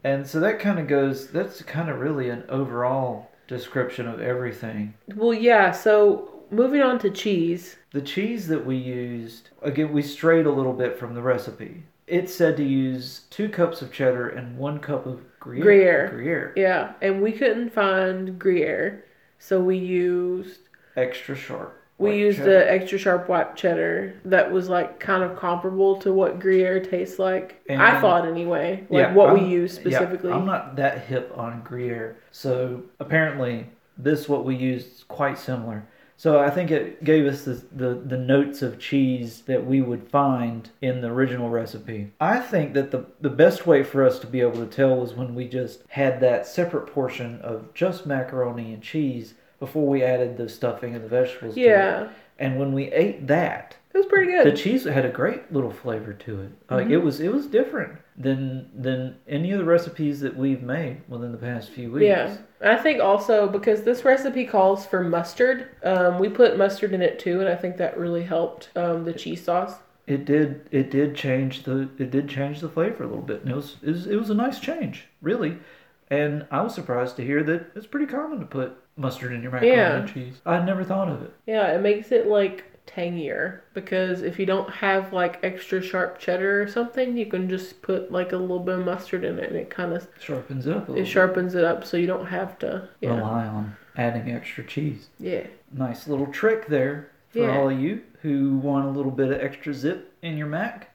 [SPEAKER 1] And so that kind of goes, that's kind of really an overall description of everything.
[SPEAKER 2] Well, yeah. So moving on to cheese.
[SPEAKER 1] The cheese that we used, again, we strayed a little bit from the recipe. It said to use two cups of cheddar and one cup of Gruyere.
[SPEAKER 2] Gruyere.
[SPEAKER 1] Gruyere.
[SPEAKER 2] Yeah, and we couldn't find Gruyere, so we used
[SPEAKER 1] Extra sharp.
[SPEAKER 2] we
[SPEAKER 1] white
[SPEAKER 2] used
[SPEAKER 1] cheddar.
[SPEAKER 2] the extra sharp white cheddar that was like kind of comparable to what Gruyere tastes like. I
[SPEAKER 1] And-
[SPEAKER 2] thought anyway, like
[SPEAKER 1] Yeah,
[SPEAKER 2] what
[SPEAKER 1] I'm-
[SPEAKER 2] we used
[SPEAKER 1] yeah,
[SPEAKER 2] specifically.
[SPEAKER 1] I'm not that hip on Gruyere, so apparently this what we used is quite similar. So I think it gave us the, the the notes of cheese that we would find in the original recipe. I think that the the best way for us to be able to tell was when we just had that separate portion of just macaroni and cheese before we added the stuffing and the vegetables. to it.
[SPEAKER 2] yeah,
[SPEAKER 1] And when we ate that,
[SPEAKER 2] it was pretty
[SPEAKER 1] the
[SPEAKER 2] good. Mm-hmm.
[SPEAKER 1] cheese had a great little flavor to it. Like it was it was different than than any of the recipes that we've made within the past few weeks.
[SPEAKER 2] Yeah, I think also because this recipe calls for mustard, um, we put mustard in it too, and I think that really helped um, the cheese sauce.
[SPEAKER 1] It did it did change the it did change the flavor a little bit. And it was it was, it was a nice change, really. And I was surprised to hear that it's pretty common to put mustard in your macaroni
[SPEAKER 2] Yeah.
[SPEAKER 1] and cheese. I never thought of it.
[SPEAKER 2] Yeah, it makes it like tangier because if you don't have like extra sharp cheddar or something, you can just put like a little bit of mustard in it, and it kind of
[SPEAKER 1] Sharpens it up a little.
[SPEAKER 2] it sharpens it up, so you don't have to.
[SPEAKER 1] bit.
[SPEAKER 2] Yeah,
[SPEAKER 1] Rely on adding extra cheese.
[SPEAKER 2] yeah, [LAUGHS]
[SPEAKER 1] Nice little trick there for
[SPEAKER 2] Yeah.
[SPEAKER 1] all of you who want a little bit of extra zip in your mac.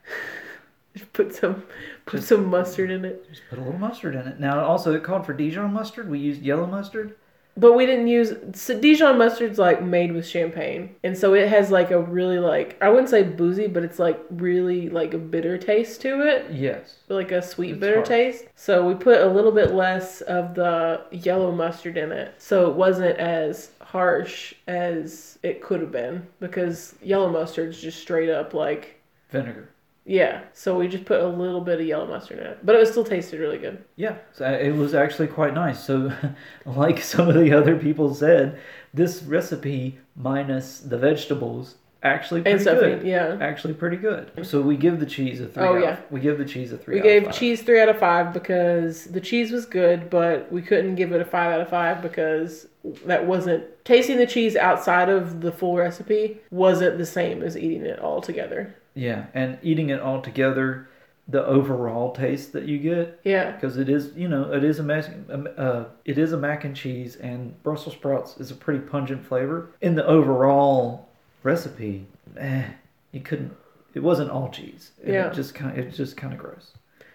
[SPEAKER 2] just put some put
[SPEAKER 1] Just-
[SPEAKER 2] some mustard in it.
[SPEAKER 1] Just put a little mustard in it. Now, also, it called for Dijon mustard. We used yellow mustard.
[SPEAKER 2] But we didn't use so Dijon mustard's like made with champagne, and so it has like a really like I wouldn't say boozy, but it's like really like a bitter taste to it,
[SPEAKER 1] Yes.
[SPEAKER 2] like a sweet
[SPEAKER 1] It's
[SPEAKER 2] bitter
[SPEAKER 1] harsh.
[SPEAKER 2] taste. So we put a little bit less of the yellow mustard in it, so it wasn't as harsh as it could have been because yellow mustard's just straight up like
[SPEAKER 1] Vinegar.
[SPEAKER 2] yeah. So we just put a little bit of yellow mustard in it, but it still tasted really good.
[SPEAKER 1] Yeah, so uh, it was actually quite nice. So, [LAUGHS] like some of the other people said, this recipe minus the vegetables actually pretty
[SPEAKER 2] And stuffing,
[SPEAKER 1] good.
[SPEAKER 2] yeah.
[SPEAKER 1] Actually pretty good. So we give the cheese a three.
[SPEAKER 2] Oh,
[SPEAKER 1] out of-
[SPEAKER 2] yeah.
[SPEAKER 1] we give the cheese a three.
[SPEAKER 2] We
[SPEAKER 1] out of
[SPEAKER 2] gave
[SPEAKER 1] five.
[SPEAKER 2] cheese three out of five because the cheese was good, but we couldn't give it a five out of five because that wasn't tasting the cheese outside of the full recipe wasn't the same as eating it all together.
[SPEAKER 1] Yeah, and eating it all together, the overall taste that you get
[SPEAKER 2] Yeah,
[SPEAKER 1] because it is you know it is a mac, um, uh, it is a mac and cheese and Brussels sprouts is a pretty pungent flavor in the overall recipe. Eh, you couldn't. It wasn't all cheese. and
[SPEAKER 2] Yeah.
[SPEAKER 1] It just kind. It's just kind of gross.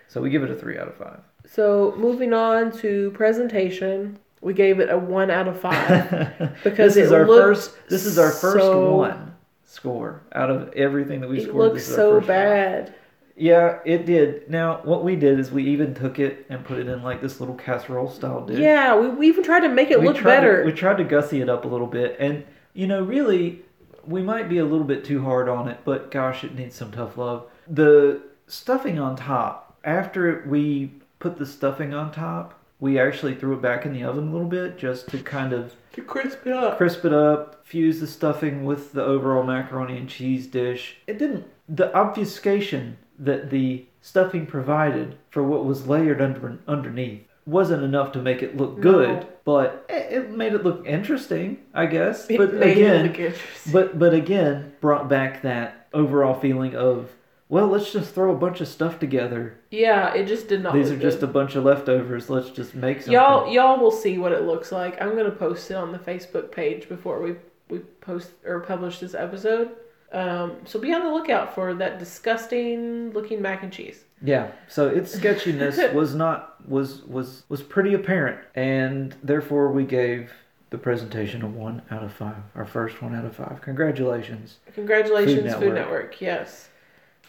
[SPEAKER 1] So we give it a three out of [LAUGHS]
[SPEAKER 2] so moving on to presentation, we gave it a one out of five
[SPEAKER 1] five. [LAUGHS]
[SPEAKER 2] because
[SPEAKER 1] this is
[SPEAKER 2] it
[SPEAKER 1] our
[SPEAKER 2] looked
[SPEAKER 1] first. This is our first
[SPEAKER 2] so-
[SPEAKER 1] one score out of everything that we
[SPEAKER 2] It
[SPEAKER 1] scored.
[SPEAKER 2] looks
[SPEAKER 1] This is our
[SPEAKER 2] so
[SPEAKER 1] first one.
[SPEAKER 2] bad.
[SPEAKER 1] Yeah, it did. Now, what we did is we even took it and put it in like this little casserole style dish.
[SPEAKER 2] Yeah, we, we even tried to make it
[SPEAKER 1] we
[SPEAKER 2] look
[SPEAKER 1] tried to-
[SPEAKER 2] better.
[SPEAKER 1] we tried to gussy it up a little bit, and you know, really, we might be a little bit too hard on it, but gosh, it needs some tough love. The stuffing on top. After we put the stuffing on top, we actually threw it back in the oven a little bit just to kind of
[SPEAKER 2] to crisp it up.
[SPEAKER 1] crisp it up, fuse the stuffing with the overall macaroni and cheese dish. It didn't. The obfuscation that the stuffing provided for what was layered under, underneath wasn't enough to make it look good,
[SPEAKER 2] No.
[SPEAKER 1] but it, it made it look interesting, I guess.
[SPEAKER 2] It
[SPEAKER 1] but
[SPEAKER 2] made
[SPEAKER 1] again,
[SPEAKER 2] it look interesting.
[SPEAKER 1] but but again, brought back that overall feeling of well, let's just throw a bunch of stuff together.
[SPEAKER 2] yeah, it just did not.
[SPEAKER 1] These are
[SPEAKER 2] look
[SPEAKER 1] just
[SPEAKER 2] good.
[SPEAKER 1] a bunch of leftovers. Let's just make something.
[SPEAKER 2] Y'all, y'all will see what it looks like. I'm gonna post it on the Facebook page before we we post or publish this episode. Um, so be on the lookout for that disgusting looking mac and cheese.
[SPEAKER 1] Yeah. So its sketchiness was not was was was pretty apparent, and therefore we gave the presentation a one out of five. Our first one out of five. Congratulations.
[SPEAKER 2] Congratulations, Food
[SPEAKER 1] Food
[SPEAKER 2] Network.
[SPEAKER 1] Network.
[SPEAKER 2] Yes.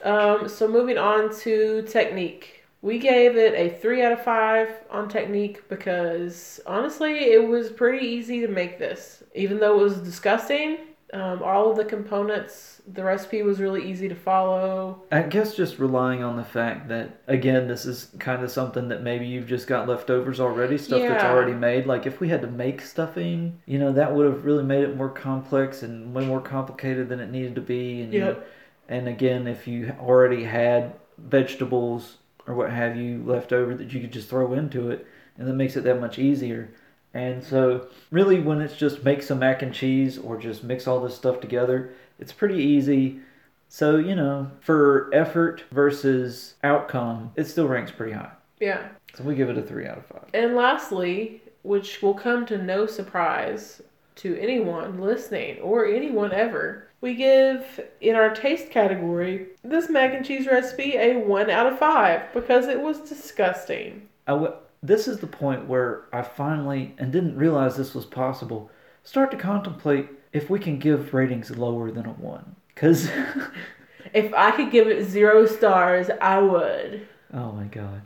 [SPEAKER 2] Um, so moving on to technique, we gave it a three out of five on technique because honestly, it was pretty easy to make this. Even though it was disgusting, um, all of the components, the recipe was really easy to follow.
[SPEAKER 1] I guess just relying on the fact that again, this is kind of something that maybe you've just got leftovers already, stuff that's
[SPEAKER 2] Yeah.
[SPEAKER 1] already made. Like if we had to make stuffing, you know, that would have really made it more complex and way more complicated than it needed to be. And you know,
[SPEAKER 2] Yep.
[SPEAKER 1] and again, if you already had vegetables or what have you left over that you could just throw into it, and that makes it that much easier. And so, really, when it's just make some mac and cheese or just mix all this stuff together, it's pretty easy. So, you know, for effort versus outcome, it still ranks pretty high.
[SPEAKER 2] Yeah.
[SPEAKER 1] So, we give it a 3 out of 5.
[SPEAKER 2] And lastly, which will come to no surprise to anyone listening or anyone ever, we give in our taste category this mac and cheese recipe a 1 out of 5 because it was disgusting.
[SPEAKER 1] I w- this is the point where I finally, and didn't realize this was possible, start to contemplate if we can give ratings lower than a 1. Because.
[SPEAKER 2] If I could give it 0 stars, I would.
[SPEAKER 1] [LAUGHS]
[SPEAKER 2] [LAUGHS]
[SPEAKER 1] Oh my god.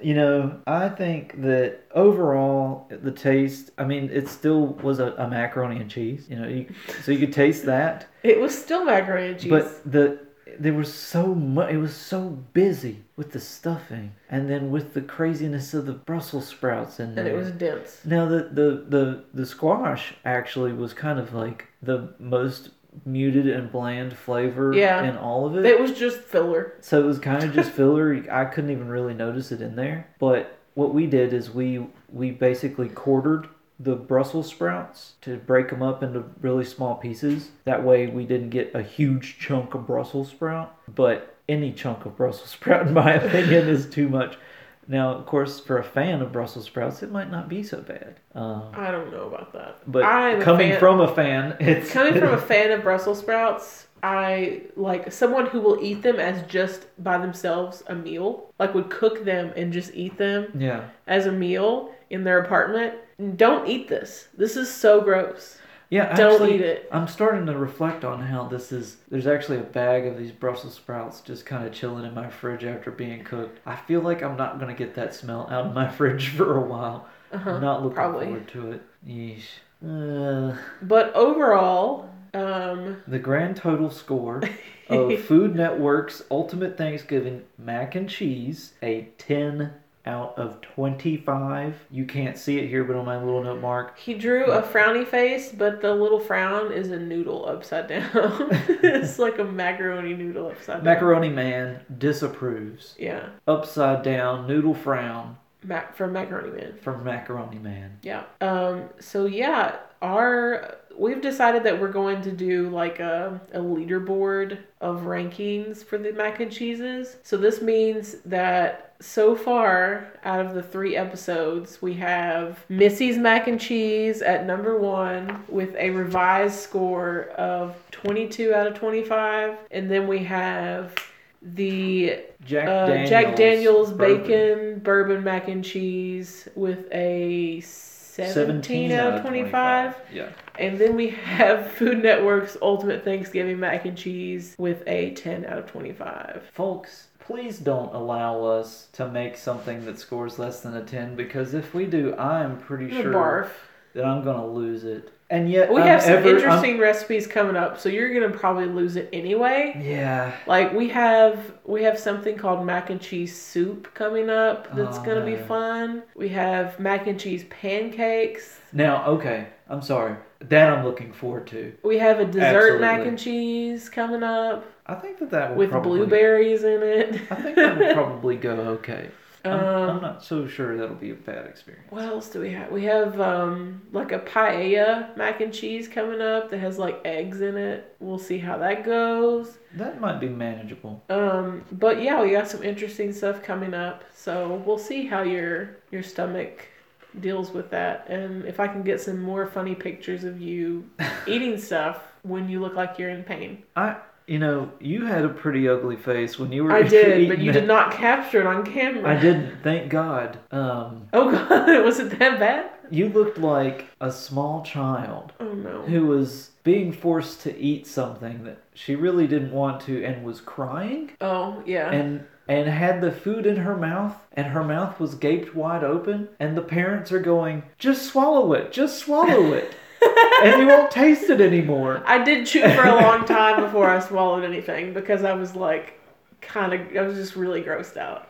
[SPEAKER 1] You know, I think that overall the taste, I mean, it still was a, a macaroni and cheese, you know, you, so you could taste that,
[SPEAKER 2] it was still macaroni and cheese.
[SPEAKER 1] but the there was so much it was so busy with the stuffing and then with the craziness of the Brussels sprouts in there.
[SPEAKER 2] and it was dense.
[SPEAKER 1] Now the, the the the squash actually was kind of like the most muted and bland flavor
[SPEAKER 2] Yeah.
[SPEAKER 1] in all of it.
[SPEAKER 2] It was just filler.
[SPEAKER 1] So it was kind of just filler. I couldn't even really notice it in there. But what we did is we we basically quartered the Brussels sprouts to break them up into really small pieces. That way we didn't get a huge chunk of Brussels sprout, but any chunk of Brussels sprout in my [LAUGHS] opinion is too much. Now, of course, for a fan of Brussels sprouts, it might not be so bad. Um,
[SPEAKER 2] I don't know about that.
[SPEAKER 1] but
[SPEAKER 2] I'm a
[SPEAKER 1] coming
[SPEAKER 2] fan-
[SPEAKER 1] from a fan, it's
[SPEAKER 2] Coming
[SPEAKER 1] [LAUGHS]
[SPEAKER 2] from a fan of Brussels sprouts, I like someone who will eat them as just by themselves a meal, like would cook them and just eat them
[SPEAKER 1] yeah,
[SPEAKER 2] as a meal in their apartment, don't eat this. This is so gross.
[SPEAKER 1] Yeah,
[SPEAKER 2] Don't
[SPEAKER 1] actually,
[SPEAKER 2] eat it.
[SPEAKER 1] I'm starting to reflect on how this is. There's actually a bag of these Brussels sprouts just kind of chilling in my fridge after being cooked. I feel like I'm not gonna get that smell out of my [LAUGHS] fridge for a while.
[SPEAKER 2] Uh-huh,
[SPEAKER 1] I'm not looking
[SPEAKER 2] probably.
[SPEAKER 1] forward to it. Yeesh. Uh,
[SPEAKER 2] But overall, um,
[SPEAKER 1] the grand total
[SPEAKER 2] [LAUGHS]
[SPEAKER 1] score of Food Network's Ultimate Thanksgiving mac and cheese a 10 out of 25. You can't see it here, but on my little note mark.
[SPEAKER 2] he drew a frowny face, but the little frown is a noodle upside down. [LAUGHS] it's like a macaroni noodle upside down.
[SPEAKER 1] Macaroni Man disapproves.
[SPEAKER 2] Yeah,
[SPEAKER 1] Upside down noodle frown
[SPEAKER 2] mac from Macaroni Man.
[SPEAKER 1] from Macaroni Man.
[SPEAKER 2] Yeah. Um, so yeah, our we've decided that we're going to do like a, a leaderboard of rankings for the mac and cheeses. So this means that so far out of the three episodes, we have Missy's mac and cheese at number one with a revised score of 22 out of 25, and then we have the
[SPEAKER 1] Jack
[SPEAKER 2] uh,
[SPEAKER 1] Daniels.
[SPEAKER 2] Jack Daniels
[SPEAKER 1] bourbon.
[SPEAKER 2] bacon bourbon mac and cheese with a 17, out of 25.
[SPEAKER 1] Yeah.
[SPEAKER 2] And then we have Food Network's Ultimate Thanksgiving Mac and Cheese with a 10 out of 25.
[SPEAKER 1] Folks, please don't allow us to make something that scores less than a 10 because if we do, I'm pretty
[SPEAKER 2] I'm gonna
[SPEAKER 1] sure
[SPEAKER 2] Barf.
[SPEAKER 1] that I'm going to lose it. And yet,
[SPEAKER 2] We
[SPEAKER 1] I'm
[SPEAKER 2] have some
[SPEAKER 1] ever- I'm-
[SPEAKER 2] interesting recipes coming up, so you're gonna probably lose it anyway.
[SPEAKER 1] Yeah.
[SPEAKER 2] Like we have we have something called mac and cheese soup coming up that's
[SPEAKER 1] Oh,
[SPEAKER 2] gonna be
[SPEAKER 1] no.
[SPEAKER 2] fun. We have mac and cheese pancakes.
[SPEAKER 1] Now, okay, I'm sorry. That I'm looking forward to.
[SPEAKER 2] We have a dessert mac
[SPEAKER 1] Absolutely.
[SPEAKER 2] and cheese coming up.
[SPEAKER 1] I think that that would
[SPEAKER 2] with
[SPEAKER 1] probably,
[SPEAKER 2] blueberries in it.
[SPEAKER 1] I think that
[SPEAKER 2] [LAUGHS]
[SPEAKER 1] would probably go okay. I'm, I'm
[SPEAKER 2] Um,
[SPEAKER 1] not so sure that'll be a bad experience.
[SPEAKER 2] what else do we have? We have um, like a paella mac and cheese coming up that has like eggs in it. We'll see how that goes.
[SPEAKER 1] That might be manageable.
[SPEAKER 2] Um, but yeah, we got some interesting stuff coming up, so we'll see how your your stomach deals with that. And if I can get some more funny pictures
[SPEAKER 1] [LAUGHS]
[SPEAKER 2] of you eating stuff when you look like you're in pain,
[SPEAKER 1] I, you know, you had a pretty ugly face when [LAUGHS] you were.
[SPEAKER 2] I did, but
[SPEAKER 1] eating
[SPEAKER 2] you
[SPEAKER 1] that.
[SPEAKER 2] did not capture it on camera.
[SPEAKER 1] I didn't. Thank God. Um,
[SPEAKER 2] Oh [LAUGHS] god, was it that bad?
[SPEAKER 1] you looked like a small child
[SPEAKER 2] Oh no.
[SPEAKER 1] who was being forced to eat something that she really didn't want to and was crying.
[SPEAKER 2] Oh yeah.
[SPEAKER 1] and and had the food in her mouth and her mouth was gaped wide open and the parents are going just swallow it just swallow
[SPEAKER 2] [LAUGHS]
[SPEAKER 1] it and you won't taste it anymore
[SPEAKER 2] I did chew for a
[SPEAKER 1] [LAUGHS]
[SPEAKER 2] long time before I swallowed anything because I was like, kind of, I was just really grossed out.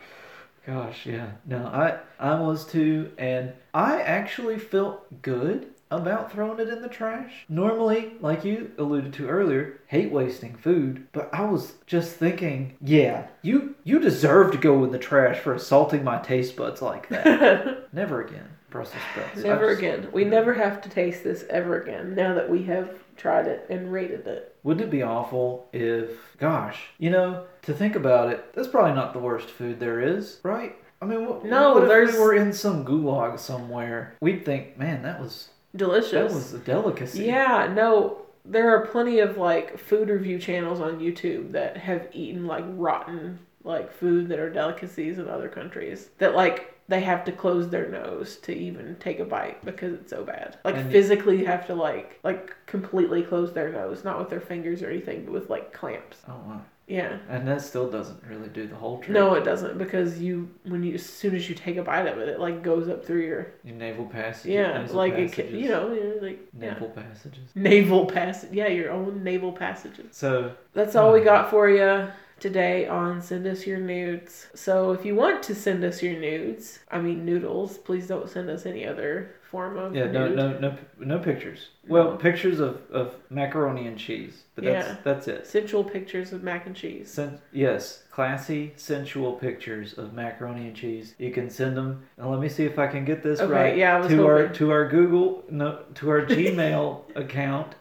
[SPEAKER 1] gosh yeah no i i was too and i actually felt good about throwing it in the trash normally like you alluded to earlier hate wasting food but i was just thinking yeah you you deserve to go in the trash for assaulting my taste buds like that
[SPEAKER 2] never
[SPEAKER 1] never again brussels sprouts I just-
[SPEAKER 2] again. We never have to taste this ever again now that we have tried it and rated it.
[SPEAKER 1] Wouldn't it be awful if, gosh, you know, to think about it, that's probably not the worst food there is, right? I mean, what,
[SPEAKER 2] No,
[SPEAKER 1] what if
[SPEAKER 2] there's-
[SPEAKER 1] we were in some gulag somewhere? We'd think, man, that was that
[SPEAKER 2] Delicious.
[SPEAKER 1] was a delicacy.
[SPEAKER 2] yeah, no, there are plenty of like food review channels on YouTube that have eaten like rotten like food that are delicacies in other countries that like they have to close their nose to even take a bite because it's so bad. Like
[SPEAKER 1] And-
[SPEAKER 2] physically have to like like completely close their nose, not with their fingers or anything, but with like clamps.
[SPEAKER 1] Oh, wow.
[SPEAKER 2] Yeah.
[SPEAKER 1] And that still doesn't really do the whole trick.
[SPEAKER 2] No, it doesn't because you when you as soon as you take a bite of it, it like goes up through your
[SPEAKER 1] Your naval passage.
[SPEAKER 2] yeah,
[SPEAKER 1] nasal
[SPEAKER 2] like it
[SPEAKER 1] passages,
[SPEAKER 2] ca- you know, yeah, like yeah.
[SPEAKER 1] naval passages.
[SPEAKER 2] naval passage. Yeah, your own naval passages.
[SPEAKER 1] So
[SPEAKER 2] That's all we
[SPEAKER 1] Hmm.
[SPEAKER 2] got for you today on Send Us Your Nudes. So if you want to send us your nudes, I mean noodles, please don't send us any other form of
[SPEAKER 1] yeah, no,
[SPEAKER 2] nude.
[SPEAKER 1] no, no, no pictures. Well,
[SPEAKER 2] No.
[SPEAKER 1] pictures of, of macaroni and cheese, but that's
[SPEAKER 2] Yeah.
[SPEAKER 1] that's it.
[SPEAKER 2] Sensual pictures of mac and cheese.
[SPEAKER 1] Sen- yes, classy, sensual pictures of macaroni and cheese. You can send them, and let me see if I can get this
[SPEAKER 2] Okay,
[SPEAKER 1] right.
[SPEAKER 2] yeah, I was
[SPEAKER 1] to our
[SPEAKER 2] hoping.
[SPEAKER 1] to our Google no to our Gmail [LAUGHS] account,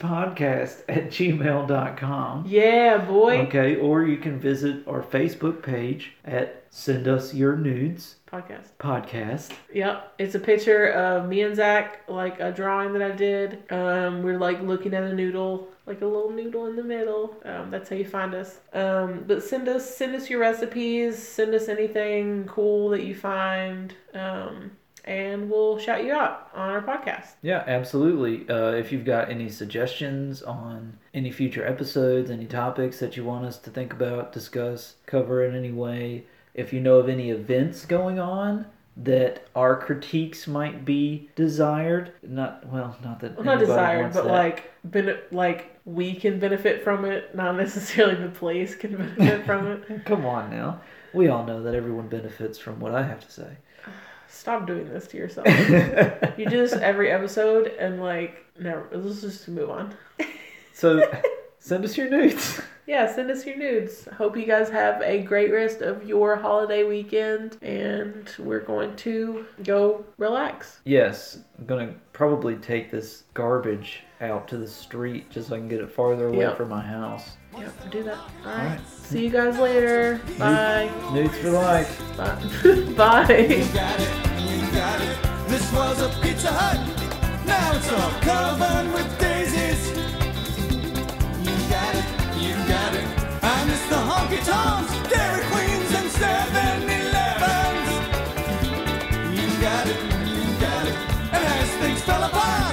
[SPEAKER 1] nudespodcast at gmail.com.
[SPEAKER 2] Yeah, boy.
[SPEAKER 1] Okay, or you can visit our Facebook page at Send Us Your Nudes
[SPEAKER 2] Podcast.
[SPEAKER 1] Podcast.
[SPEAKER 2] Yep. It's a picture of me and Zach, like a drawing that I did. Um, we're like looking at a noodle, like a little noodle in the middle. Um, that's how you find us. Um, but send us send us your recipes, send us anything cool that you find. Um, and we'll shout you out on our podcast.
[SPEAKER 1] Yeah, absolutely. Uh, if you've got any suggestions on any future episodes, any topics that you want us to think about, discuss, cover in any way, if you know of any events going on that our critiques might be desired, not well, not that
[SPEAKER 2] Well, not
[SPEAKER 1] anybody
[SPEAKER 2] desired,
[SPEAKER 1] wants
[SPEAKER 2] but
[SPEAKER 1] that.
[SPEAKER 2] like ben- like we can benefit from it, not [LAUGHS] necessarily the place can benefit from it.
[SPEAKER 1] come on now, we all know that everyone benefits from what I have to say. [LAUGHS]
[SPEAKER 2] Stop doing this to yourself. You do this every episode, and like, never. Let's just move on. [LAUGHS]
[SPEAKER 1] So send us your nudes.
[SPEAKER 2] Yeah, send us your nudes. Hope you guys have a great rest of your holiday weekend, and we're going to go relax.
[SPEAKER 1] Yes, I'm gonna probably take this garbage out to the street just so I can get it farther away
[SPEAKER 2] Yeah.
[SPEAKER 1] from my house.
[SPEAKER 2] Yep, do that. All right.
[SPEAKER 1] right.
[SPEAKER 2] See you guys later. Bye.
[SPEAKER 1] Nudes for life.
[SPEAKER 2] Bye. [LAUGHS] Bye.
[SPEAKER 3] You got it, you got it. This was a Pizza Hut. Now it's all covered with daisies. You got it, you got it. I miss the honky tonks, Dairy Queens, and 7 Elevens. You got it, you got it. And as things fell apart,